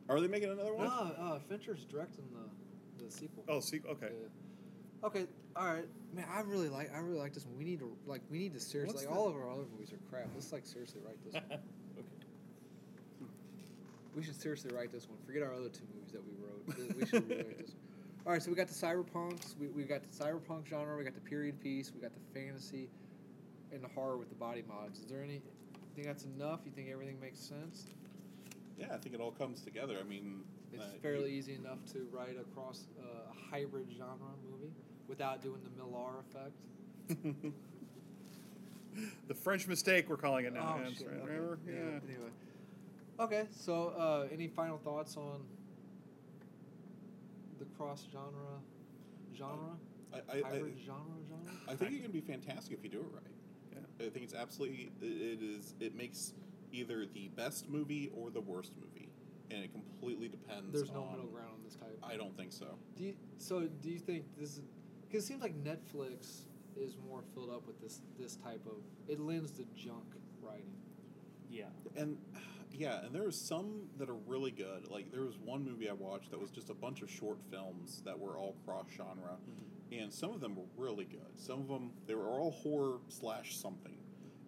S2: Are they making another
S1: No,
S2: one?
S1: uh, Fincher's directing the, the sequel.
S5: Oh, see, okay.
S1: Yeah. Okay, all right, man. I really like. I really like this one. We need to like. We need to seriously.
S5: What's
S1: like,
S5: the-
S1: all of our other movies are crap. Let's like seriously write this one. We should seriously write this one. Forget our other two movies that we wrote. We should rewrite this. one. All right, so we got the cyberpunks. We we got the cyberpunk genre. We got the period piece. We got the fantasy, and the horror with the body mods. Is there any? Think that's enough? You think everything makes sense?
S2: Yeah, I think it all comes together. I mean,
S1: It's
S2: uh,
S1: fairly easy enough to write across uh, a hybrid genre movie without doing the Millar effect.
S5: The French mistake, we're calling it now.
S1: Oh,
S5: Yeah,
S1: shit,
S5: that's right.
S1: okay.
S5: Remember?
S1: Yeah,
S5: Yeah.
S1: Anyway. Okay, so uh, any final thoughts on the cross genre, genre,
S2: I, I, I,
S1: hybrid genre, genre?
S2: I think it can be fantastic if you do it right. Yeah. I think it's absolutely it is it makes either the best movie or the worst movie, and it completely depends.
S1: There's no
S2: on-
S1: middle ground on this type.
S2: I don't think so.
S1: Do you, so do you think this? Because it seems like Netflix is more filled up with this this type of. It lends to junk writing.
S4: Yeah.
S2: And yeah, and there was some that are really good. Like there was one movie I watched that was just a bunch of short films that were all cross genre, and some of them were really good. Some of them they were all horror slash something,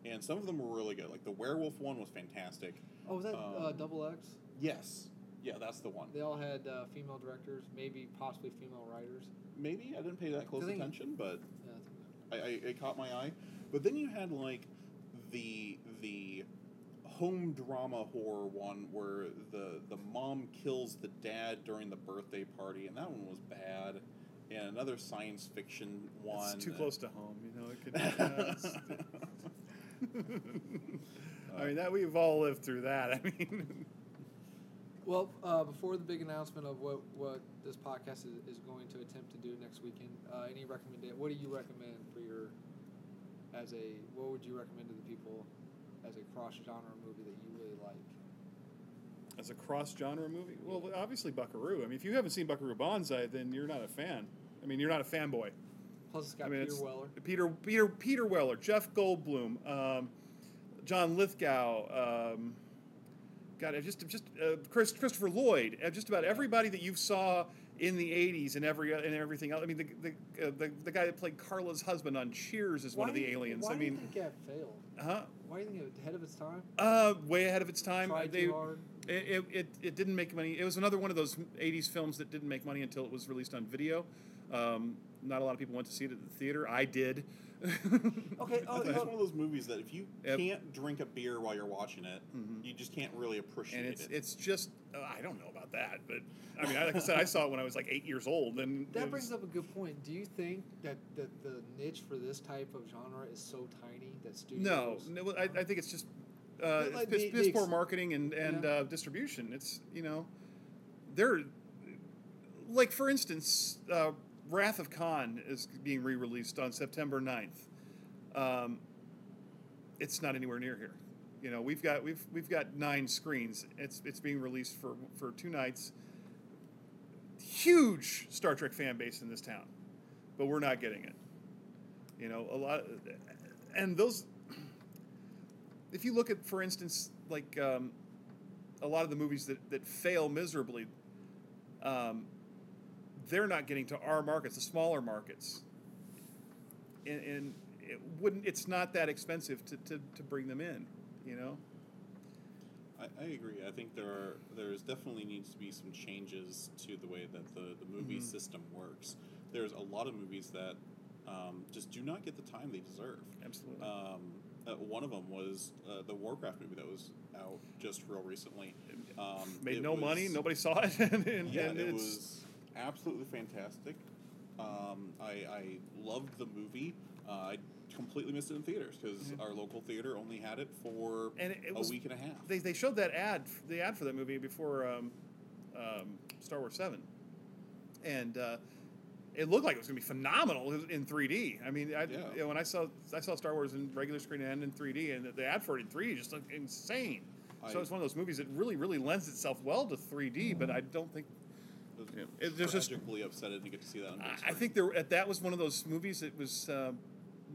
S2: and some of them were really good. Like the werewolf one was fantastic.
S1: Oh, was that uh,
S2: Um,
S1: Double X?
S2: Yes, yeah, that's the one.
S1: They all had uh, female directors, maybe possibly female writers.
S2: Maybe I didn't pay that close
S1: I think-
S2: attention, but
S1: Yeah, I think that-
S2: I, I it caught my eye. But then you had like the the home drama horror one where the the mom kills the dad during the birthday party, and that one was bad. And another science fiction one.
S5: It's too close to home, you know. It could,
S2: I
S5: yeah, it's- I
S3: I mean that we've all lived through that. I mean,
S1: Well, uh, before the big announcement of what, what this podcast is, is going to attempt to do next weekend, uh, any recommendation? What do you recommend for your as a what would you recommend to the people as a cross genre movie that you really like?
S3: as a cross-genre movie, well, obviously Buckaroo. I mean, if you haven't seen Buckaroo Banzai, then you're not a fan. I mean, you're not a fanboy.
S1: Plus, it's got
S3: I mean,
S1: Peter
S3: it's-
S1: Weller.
S3: Peter Peter Peter Weller, Jeff Goldblum, um, John Lithgow. Um, God, I just just uh, Chris Christopher Lloyd. uh, Just about everybody that you saw in the '80s and every and everything else. I mean, the the, uh, the, the guy that played Carla's husband on Cheers is one of
S1: Why
S3: the
S1: do you-
S3: aliens.
S1: Why
S3: I mean,
S1: do you think it failed?
S3: huh?
S1: Why do you think it was ahead of its time?
S3: Uh, way ahead of its time.
S1: Tried
S3: They-
S1: too hard.
S3: it, it, it, it didn't make money. It was another one of those 80s films that didn't make money until it was released on video. Um, not a lot of people went to see it at the theater. I did.
S1: Okay. Oh,
S2: it's
S1: oh,
S2: one of those movies that if you
S3: Yep.
S2: can't drink a beer while you're watching it,
S3: Mhm.
S2: you just can't really appreciate
S3: and it's
S2: it.
S3: it's just uh, I don't know about that, but I mean, I- like I said, I saw it when I was like eight years old, and it
S1: that
S3: was-
S1: brings up a good point. Do you think that, that the niche for this type of genre is so tiny that
S3: no,
S1: studios?
S3: no. I, I think it's just uh,
S1: But, like,
S3: piss,
S1: the-
S3: piss
S1: the
S3: poor
S1: ex-
S3: marketing and and
S1: Yeah.
S3: uh, distribution. It's you know, they're like for instance, uh, Wrath of Khan is being re released on September 9th. Um, it's not anywhere near here. You know, we've got we've we've got nine screens. It's it's being released for for two nights. Huge Star Trek fan base in this town, but we're not getting it. You know, a lot, and those. If you look at, for instance, like um, a lot of the movies that that fail miserably, um, they're not getting to our markets, the smaller markets. And, and it wouldn't, it's not that expensive to, to, to bring them in, you know?
S2: I, I agree. I think there are there's definitely needs to be some changes to the way that the, the movie
S3: Mhm.
S2: system works. There's a lot of movies that um, just do not get the time they deserve.
S3: Absolutely.
S2: Um, uh, one of them was uh, the Warcraft movie that was out just real recently. Um,
S3: Made
S2: it
S3: no
S2: was-
S3: money, nobody saw it. and, and,
S2: yeah,
S3: and
S2: it
S3: it's,
S2: was absolutely fantastic. Um, I, I loved the movie. Uh, I completely missed it in theaters because our local theater only had it for
S3: Mm-hmm. and it, it
S2: a
S3: was,
S2: week and a half.
S3: they, they showed that ad, the ad for that movie before um, um, Star Wars 7. And, uh, it looked like it was going to be phenomenal in 3D. I mean, I,
S2: Yeah.
S3: you know, when I saw I saw Star Wars in regular screen and in 3D, and the, the ad for it in 3D just looked insane. so
S2: I-
S3: it's one of those movies that really, really lends itself well to 3D, but I don't think
S2: was
S3: Yeah. It- there's just-
S2: tragically upset I didn't get to see that. On big
S3: I- I
S2: screen.
S3: think there at- that was one of those movies that was uh,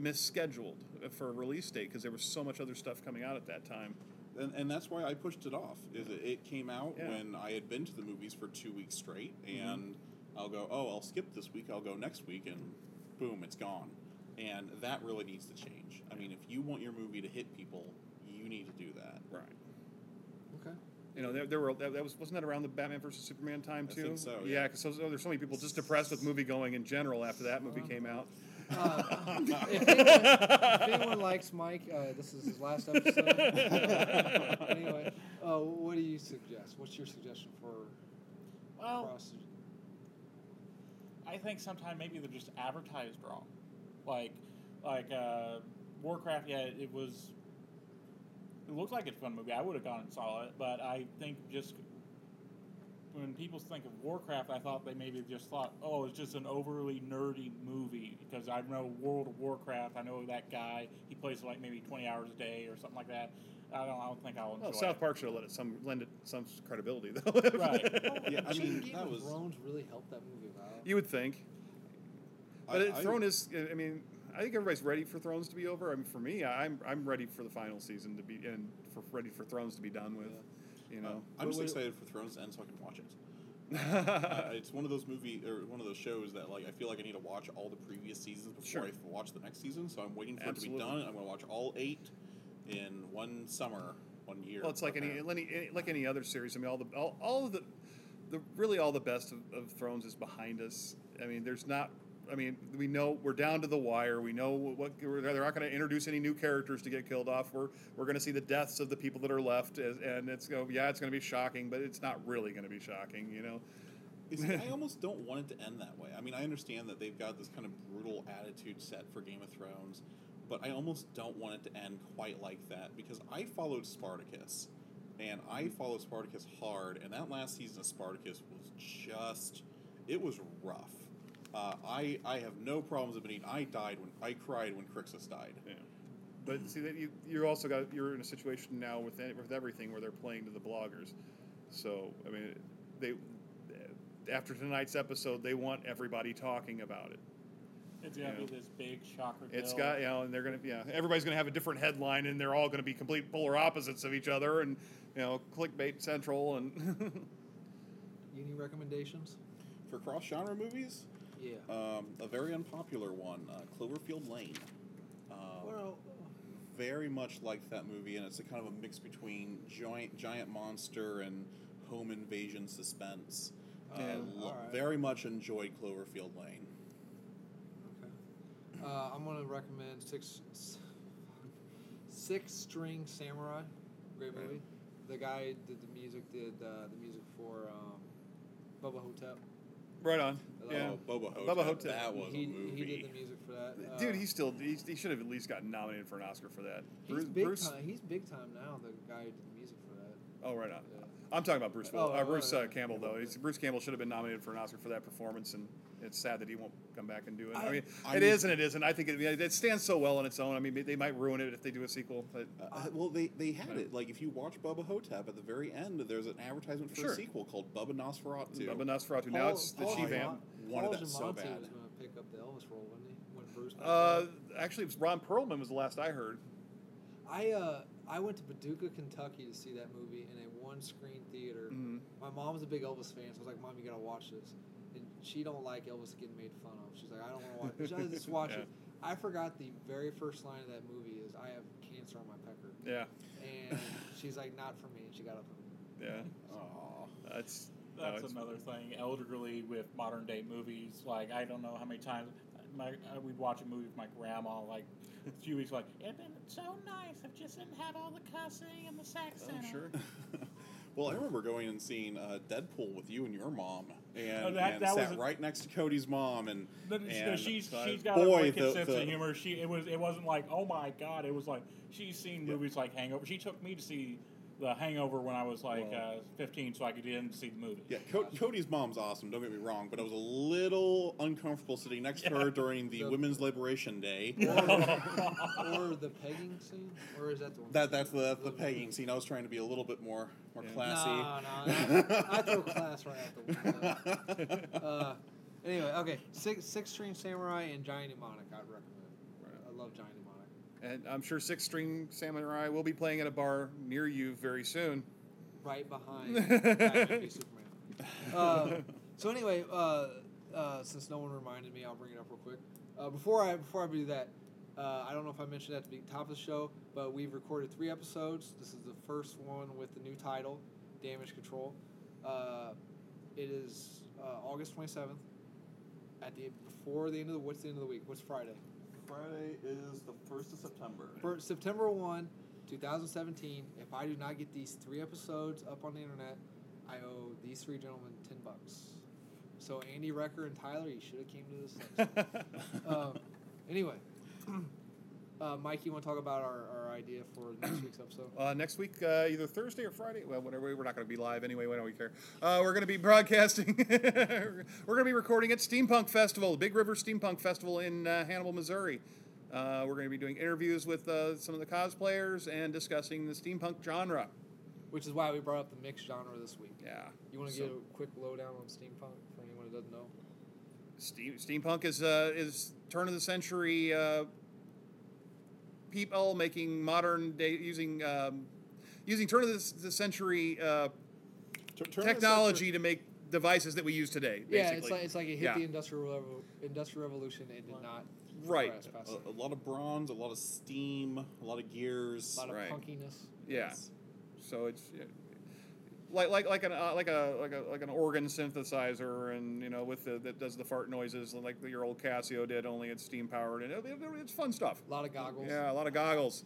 S3: misscheduled for a release date because there was so much other stuff coming out at that time.
S2: and, and that's why I pushed it off. Is it, it came out
S3: Yeah. Mm-hmm.
S2: when I had been to the movies for two weeks straight, and I'll go, oh, I'll skip this week. I'll go next week, and boom, it's gone. And that really needs to change. I mean, if you want your movie to hit people, you need to do that.
S3: Right.
S1: Okay.
S3: You know, there, there were that, that was wasn't that around the Batman versus Superman time
S2: I
S3: too?
S2: think so,
S3: Yeah,
S2: yeah.
S3: because there's so many people just depressed with movie going in general after that movie came out.
S1: Uh, if, anyone, if anyone likes Mike, uh, this is his last episode. Uh, anyway, uh, what do you suggest? What's your suggestion for
S4: Well,
S1: cross?
S4: I think sometimes maybe they're just advertised wrong. Like, like uh, Warcraft. Yeah, it was. It looked like it's a fun movie. I would have gone and saw it, but I think just when people think of Warcraft, I thought they maybe just thought, oh, it's just an overly nerdy movie because I know World of Warcraft. I know that guy. He plays like maybe twenty hours a day or something like that. I don't. I don't think I'll enjoy.
S3: Well,
S4: it.
S3: South Park should have let it some lend it some credibility though.
S1: Oh,
S4: Right.
S2: Yeah, I mean,
S1: Shouldn't Game
S2: that
S1: of
S2: was-
S1: Thrones really helped that movie out.
S3: you would think. But
S2: I-
S3: it,
S2: I-
S3: Throne is. I mean, I think everybody's ready for Thrones to be over. I mean, for me, I- I'm I'm ready for the final season to be and for ready for Thrones to be done with. You know,
S2: uh, I'm just
S1: But-
S2: excited for Thrones to end so I can watch it. I- it's one of those movie or one of those shows that like I feel like I need to watch all the previous seasons before
S3: Sure.
S2: I watch the next season. So I'm waiting for
S3: Absolutely.
S2: it to be done. I'm going to watch all eight in one summer, one year.
S3: well, it's like any,
S2: Okay.
S3: any any- like any other series. I mean, all the all, all of the the really all the best of, of Thrones is behind us. I mean, there's not. I mean, we know we're down to the wire. We know what, what we're, they're not going to introduce any new characters to get killed off. We're we're going to see the deaths of the people that are left, as, and it's go yeah, it's going to be shocking, but it's not really going to be shocking, you know.
S2: You see, I almost don't want it to end that way. I mean, I understand that they've got this kind of brutal attitude set for Game of Thrones, but I almost don't want it to end quite like that because I followed Spartacus, and I followed Spartacus hard, and that last season of Spartacus was just, it was rough. Uh, I I have no problems admitting I died when I cried when Crixus died.
S3: Yeah. But see that you you're also got you're in a situation now with it- with everything where they're playing to the bloggers. So I mean, they after tonight's episode, they want everybody talking about it.
S4: It's gonna
S3: Yeah.
S4: be this big shocker.
S3: It's got you know, and they're gonna yeah, everybody's gonna have a different headline, and they're all gonna be complete polar opposites of each other, and you know, clickbait central, and
S1: Any recommendations? Uh,
S2: For cross genre movies,
S1: Yeah.
S2: um, a very unpopular one, uh, Cloverfield Lane. Um,
S1: well,
S2: very much liked that movie, and it's a kind of a mix between giant giant monster and home invasion suspense. Uh,
S3: Yeah,
S2: lo-
S1: alright.
S2: Very much enjoyed Cloverfield Lane.
S1: okay. Uh, I'm gonna recommend six s- six string samurai. Great
S2: Right.
S1: movie. The guy did the music. Did uh, the music for um, Bubba Hotep.
S3: right on. Yeah,
S2: Oh, Boba Hotep.
S3: Bubba Hotep.
S2: That was
S1: he,
S2: a movie.
S1: he did the music for that.
S3: dude,
S1: Uh,
S3: he still he's, he should have at least gotten nominated for an Oscar for that.
S1: he's
S3: Bruce,
S1: big
S3: Bruce
S1: time. He's big time now. The guy who did the music for that.
S3: oh right on.
S1: Yeah.
S3: I'm talking about Bruce.
S1: Oh,
S3: Will, uh,
S1: oh,
S3: Bruce
S1: yeah.
S3: uh, Campbell though. He's, Bruce Campbell should have been nominated for an Oscar for that performance, and it's sad that he won't come back and do it. I,
S2: I-
S3: mean,
S2: I
S3: it
S2: mean-
S3: is and it isn't. I think it, it stands so well on its own. I mean, they might ruin it if they do a sequel, but
S2: Uh, well, they, they had it. Like, if you watch Bubba Hotep, at the very end, there's an advertisement for
S3: Sure.
S2: a sequel called Bubba Nosferatu.
S3: Bubba Nosferatu. now it's the
S1: Paul
S3: She
S1: Giamatti-
S3: Vamp.
S2: Wanted
S1: Paul
S2: that so
S1: Giamatti
S2: bad.
S1: was gonna pick up the Elvis role, wasn't he? When Bruce. died?
S3: Uh, actually, it was Ron Perlman was the last I heard.
S1: I uh, I went to Paducah, Kentucky to see that movie in a one screen theater.
S3: Mm-hmm.
S1: My mom's a big Elvis fan, so I was like, "Mom, you gotta watch this." And she don't like Elvis getting made fun of. She's like, "I don't want to watch." it. She's like, just watch it. I forgot the very first line of that movie is, "I have cancer on my pecker,"
S3: Yeah,
S1: and she's like, "Not for me." And she got up. And,
S3: yeah.
S2: Aw.
S3: That's no,
S4: That's
S3: it's-
S4: another thing. Elderly with modern day movies. Like I don't know how many times my uh, we'd watch a movie with my grandma. Like a few weeks, like it'd been so nice if just didn't have all the cussing and the sex.
S3: Oh,
S4: in it."
S3: sure.
S2: Well, I remember going and seeing uh, Deadpool with you and your mom, and,
S4: Oh, that-
S2: and
S4: that
S2: sat
S4: was a-
S2: right next to Cody's mom, and,
S4: But it's- no,
S2: and
S4: she's
S2: uh,
S4: she's got a
S2: boy,
S4: wicked
S2: the-
S4: sense
S2: the-
S4: of humor. She it was it wasn't like oh my god. It was like she's seen
S2: Yeah.
S4: movies like Hangover. She took me to see the Hangover when I was like
S2: Wow.
S4: uh, 15, so I could get in to see the movie.
S2: Yeah, Co- Cody's mom's awesome. Don't get me wrong, but I was a little uncomfortable sitting next to her during the
S1: The-
S2: Women's Liberation Day.
S1: or the pegging scene, or is that the one?
S2: That that's the that's the pegging scene. I was trying to be a little bit more more
S3: Yeah.
S2: classy.
S1: No, no, I, I throw class right out the window. uh, anyway, okay. Six Six String Samurai and Giant Demonic, I'd recommend. I love Giant Demonic.
S3: And I'm sure Six String Samurai will be playing at a bar near you very soon.
S1: Right behind Batman v Superman. Uh, so anyway, uh, uh, since no one reminded me, I'll bring it up real quick. Uh, before I before I do that, uh, I don't know if I mentioned that at the be- top of the show, but we've recorded three episodes. This is the first one with the new title, Damage Control. Uh, it is uh, August twenty seventh. At the before the end of the what's the end of the week? What's Friday?
S2: Friday is the first of September.
S1: For September 1, 2017, if I do not get these three episodes up on the internet, I owe these three gentlemen 10 bucks. So Andy Recker and Tyler, you should have came to this. next one. um, anyway, uh, Mike, you want to talk about our, our idea for next week's episode?
S3: Uh, next week, uh, either Thursday or Friday. Well, whenever we're not going to be live anyway. Why don't we care? Uh, we're going to be broadcasting. we're going to be recording at Steampunk Festival, the Big River Steampunk Festival in uh, Hannibal, Missouri. Uh, we're going to be doing interviews with uh, some of the cosplayers and discussing the steampunk genre.
S1: Which is why we brought up the mixed genre this week.
S3: Yeah.
S1: You want to
S3: So-
S1: give a quick lowdown on steampunk for anyone who doesn't know?
S3: Steam, steampunk is uh, is turn of the century uh, people making modern day using um, using turn of the, s- the century uh, technology to make devices that we use today. Basically.
S1: Yeah, it's like it's like it hit
S3: Yeah.
S1: the industrial revo- industrial revolution and did not
S3: Right. Oh,
S1: progress past it.
S2: A, a lot of bronze, a lot of steam, a lot of gears.
S1: A lot of
S3: Right.
S1: punkiness.
S3: yeah. So it's yeah, like like like an uh, like a like a like an organ synthesizer, and you know, with the that does the fart noises like your old Casio did, only it's steam powered, and it, it- it's fun stuff.
S1: A lot of goggles.
S3: Yeah, a lot of goggles.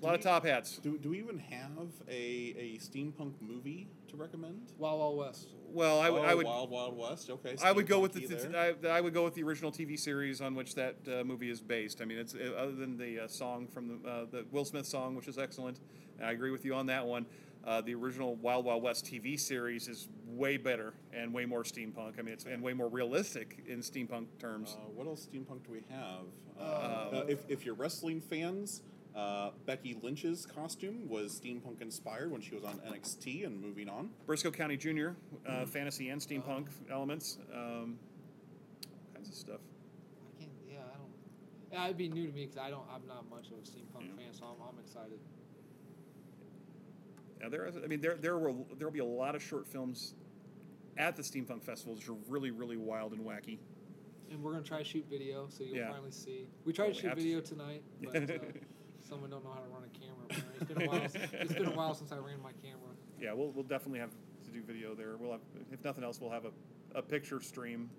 S3: A lot of top hats.
S2: Uh, Do, do we even have a, a steampunk movie to recommend?
S1: Wild Wild West.
S3: Well, I would, I
S2: Oh,
S3: would,
S2: Wild Wild West. Okay,
S3: I would go with the,
S2: steampunky there.
S3: I, I would go with the original TV series on which that uh, movie is based. I mean, it's uh, other than the uh, song from the, uh, the Will Smith song, which is excellent. and I agree with you on that one. Uh, the original Wild Wild West TV series is way better and way more steampunk. I mean, it's and way more realistic in steampunk terms.
S2: Uh, what else steampunk do we have? Uh,
S3: Um,
S2: uh, if, if you're wrestling fans, uh, Becky Lynch's costume was steampunk inspired when she was on NXT and moving on.
S3: Briscoe County Jr. Uh, fantasy and steampunk elements, um, all kinds of stuff.
S1: I can't. Yeah, I don't. Yeah, it'd be new to me because I don't. I'm not much of a steampunk fan, so I'm, I'm excited.
S3: Now there, is- I mean, there there will there will be a lot of short films at the steampunk festivals. Which are really really wild and wacky.
S1: And we're gonna try to shoot video, so you'll
S3: Yeah.
S1: finally see. We tried
S3: Oh,
S1: to
S3: we
S1: shoot
S3: have to.
S1: video tonight, but uh, someone don't know how to run a camera. apparently. It's been a while. s- it's been a while since I ran my camera.
S3: Yeah, we'll we'll definitely have to do video there. We'll have if nothing else, we'll have a, a picture stream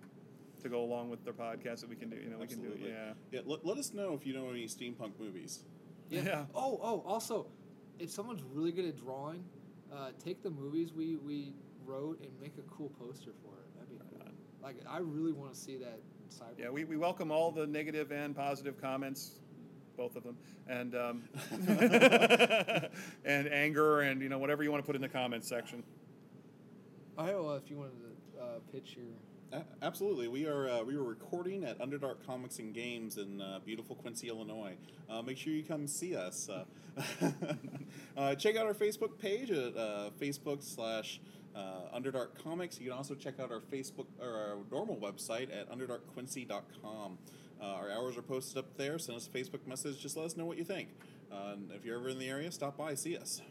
S3: to go along with the podcast that we can do. You know, we can do.
S2: Absolutely.
S3: Yeah.
S2: Yeah, let, let us know if you know any steampunk movies.
S1: Yeah.
S3: Yeah.
S1: Oh, oh. Also, if someone's really good at drawing, uh, take the movies we we wrote and make a cool poster for it. That'd be cool. Like I really want to see that. Cyber.
S3: Yeah, we, we welcome all the negative and positive comments, both of them, and um, and anger and you know whatever you want to put in the comments section.
S1: All right. Well, if you wanted to uh, pitch your.
S2: A- absolutely, we are uh, we were recording at Underdark Comics and Games in uh, beautiful Quincy, Illinois. Uh, make sure you come see us. Uh, uh, check out our Facebook page at uh, Facebook slash uh, Underdark Comics. You can also check out our Facebook or our normal website at underdarkquincy.com. Uh, our hours are posted up there. Send us a Facebook message. Just let us know what you think. Uh, and if you're ever in the area, stop by, see us.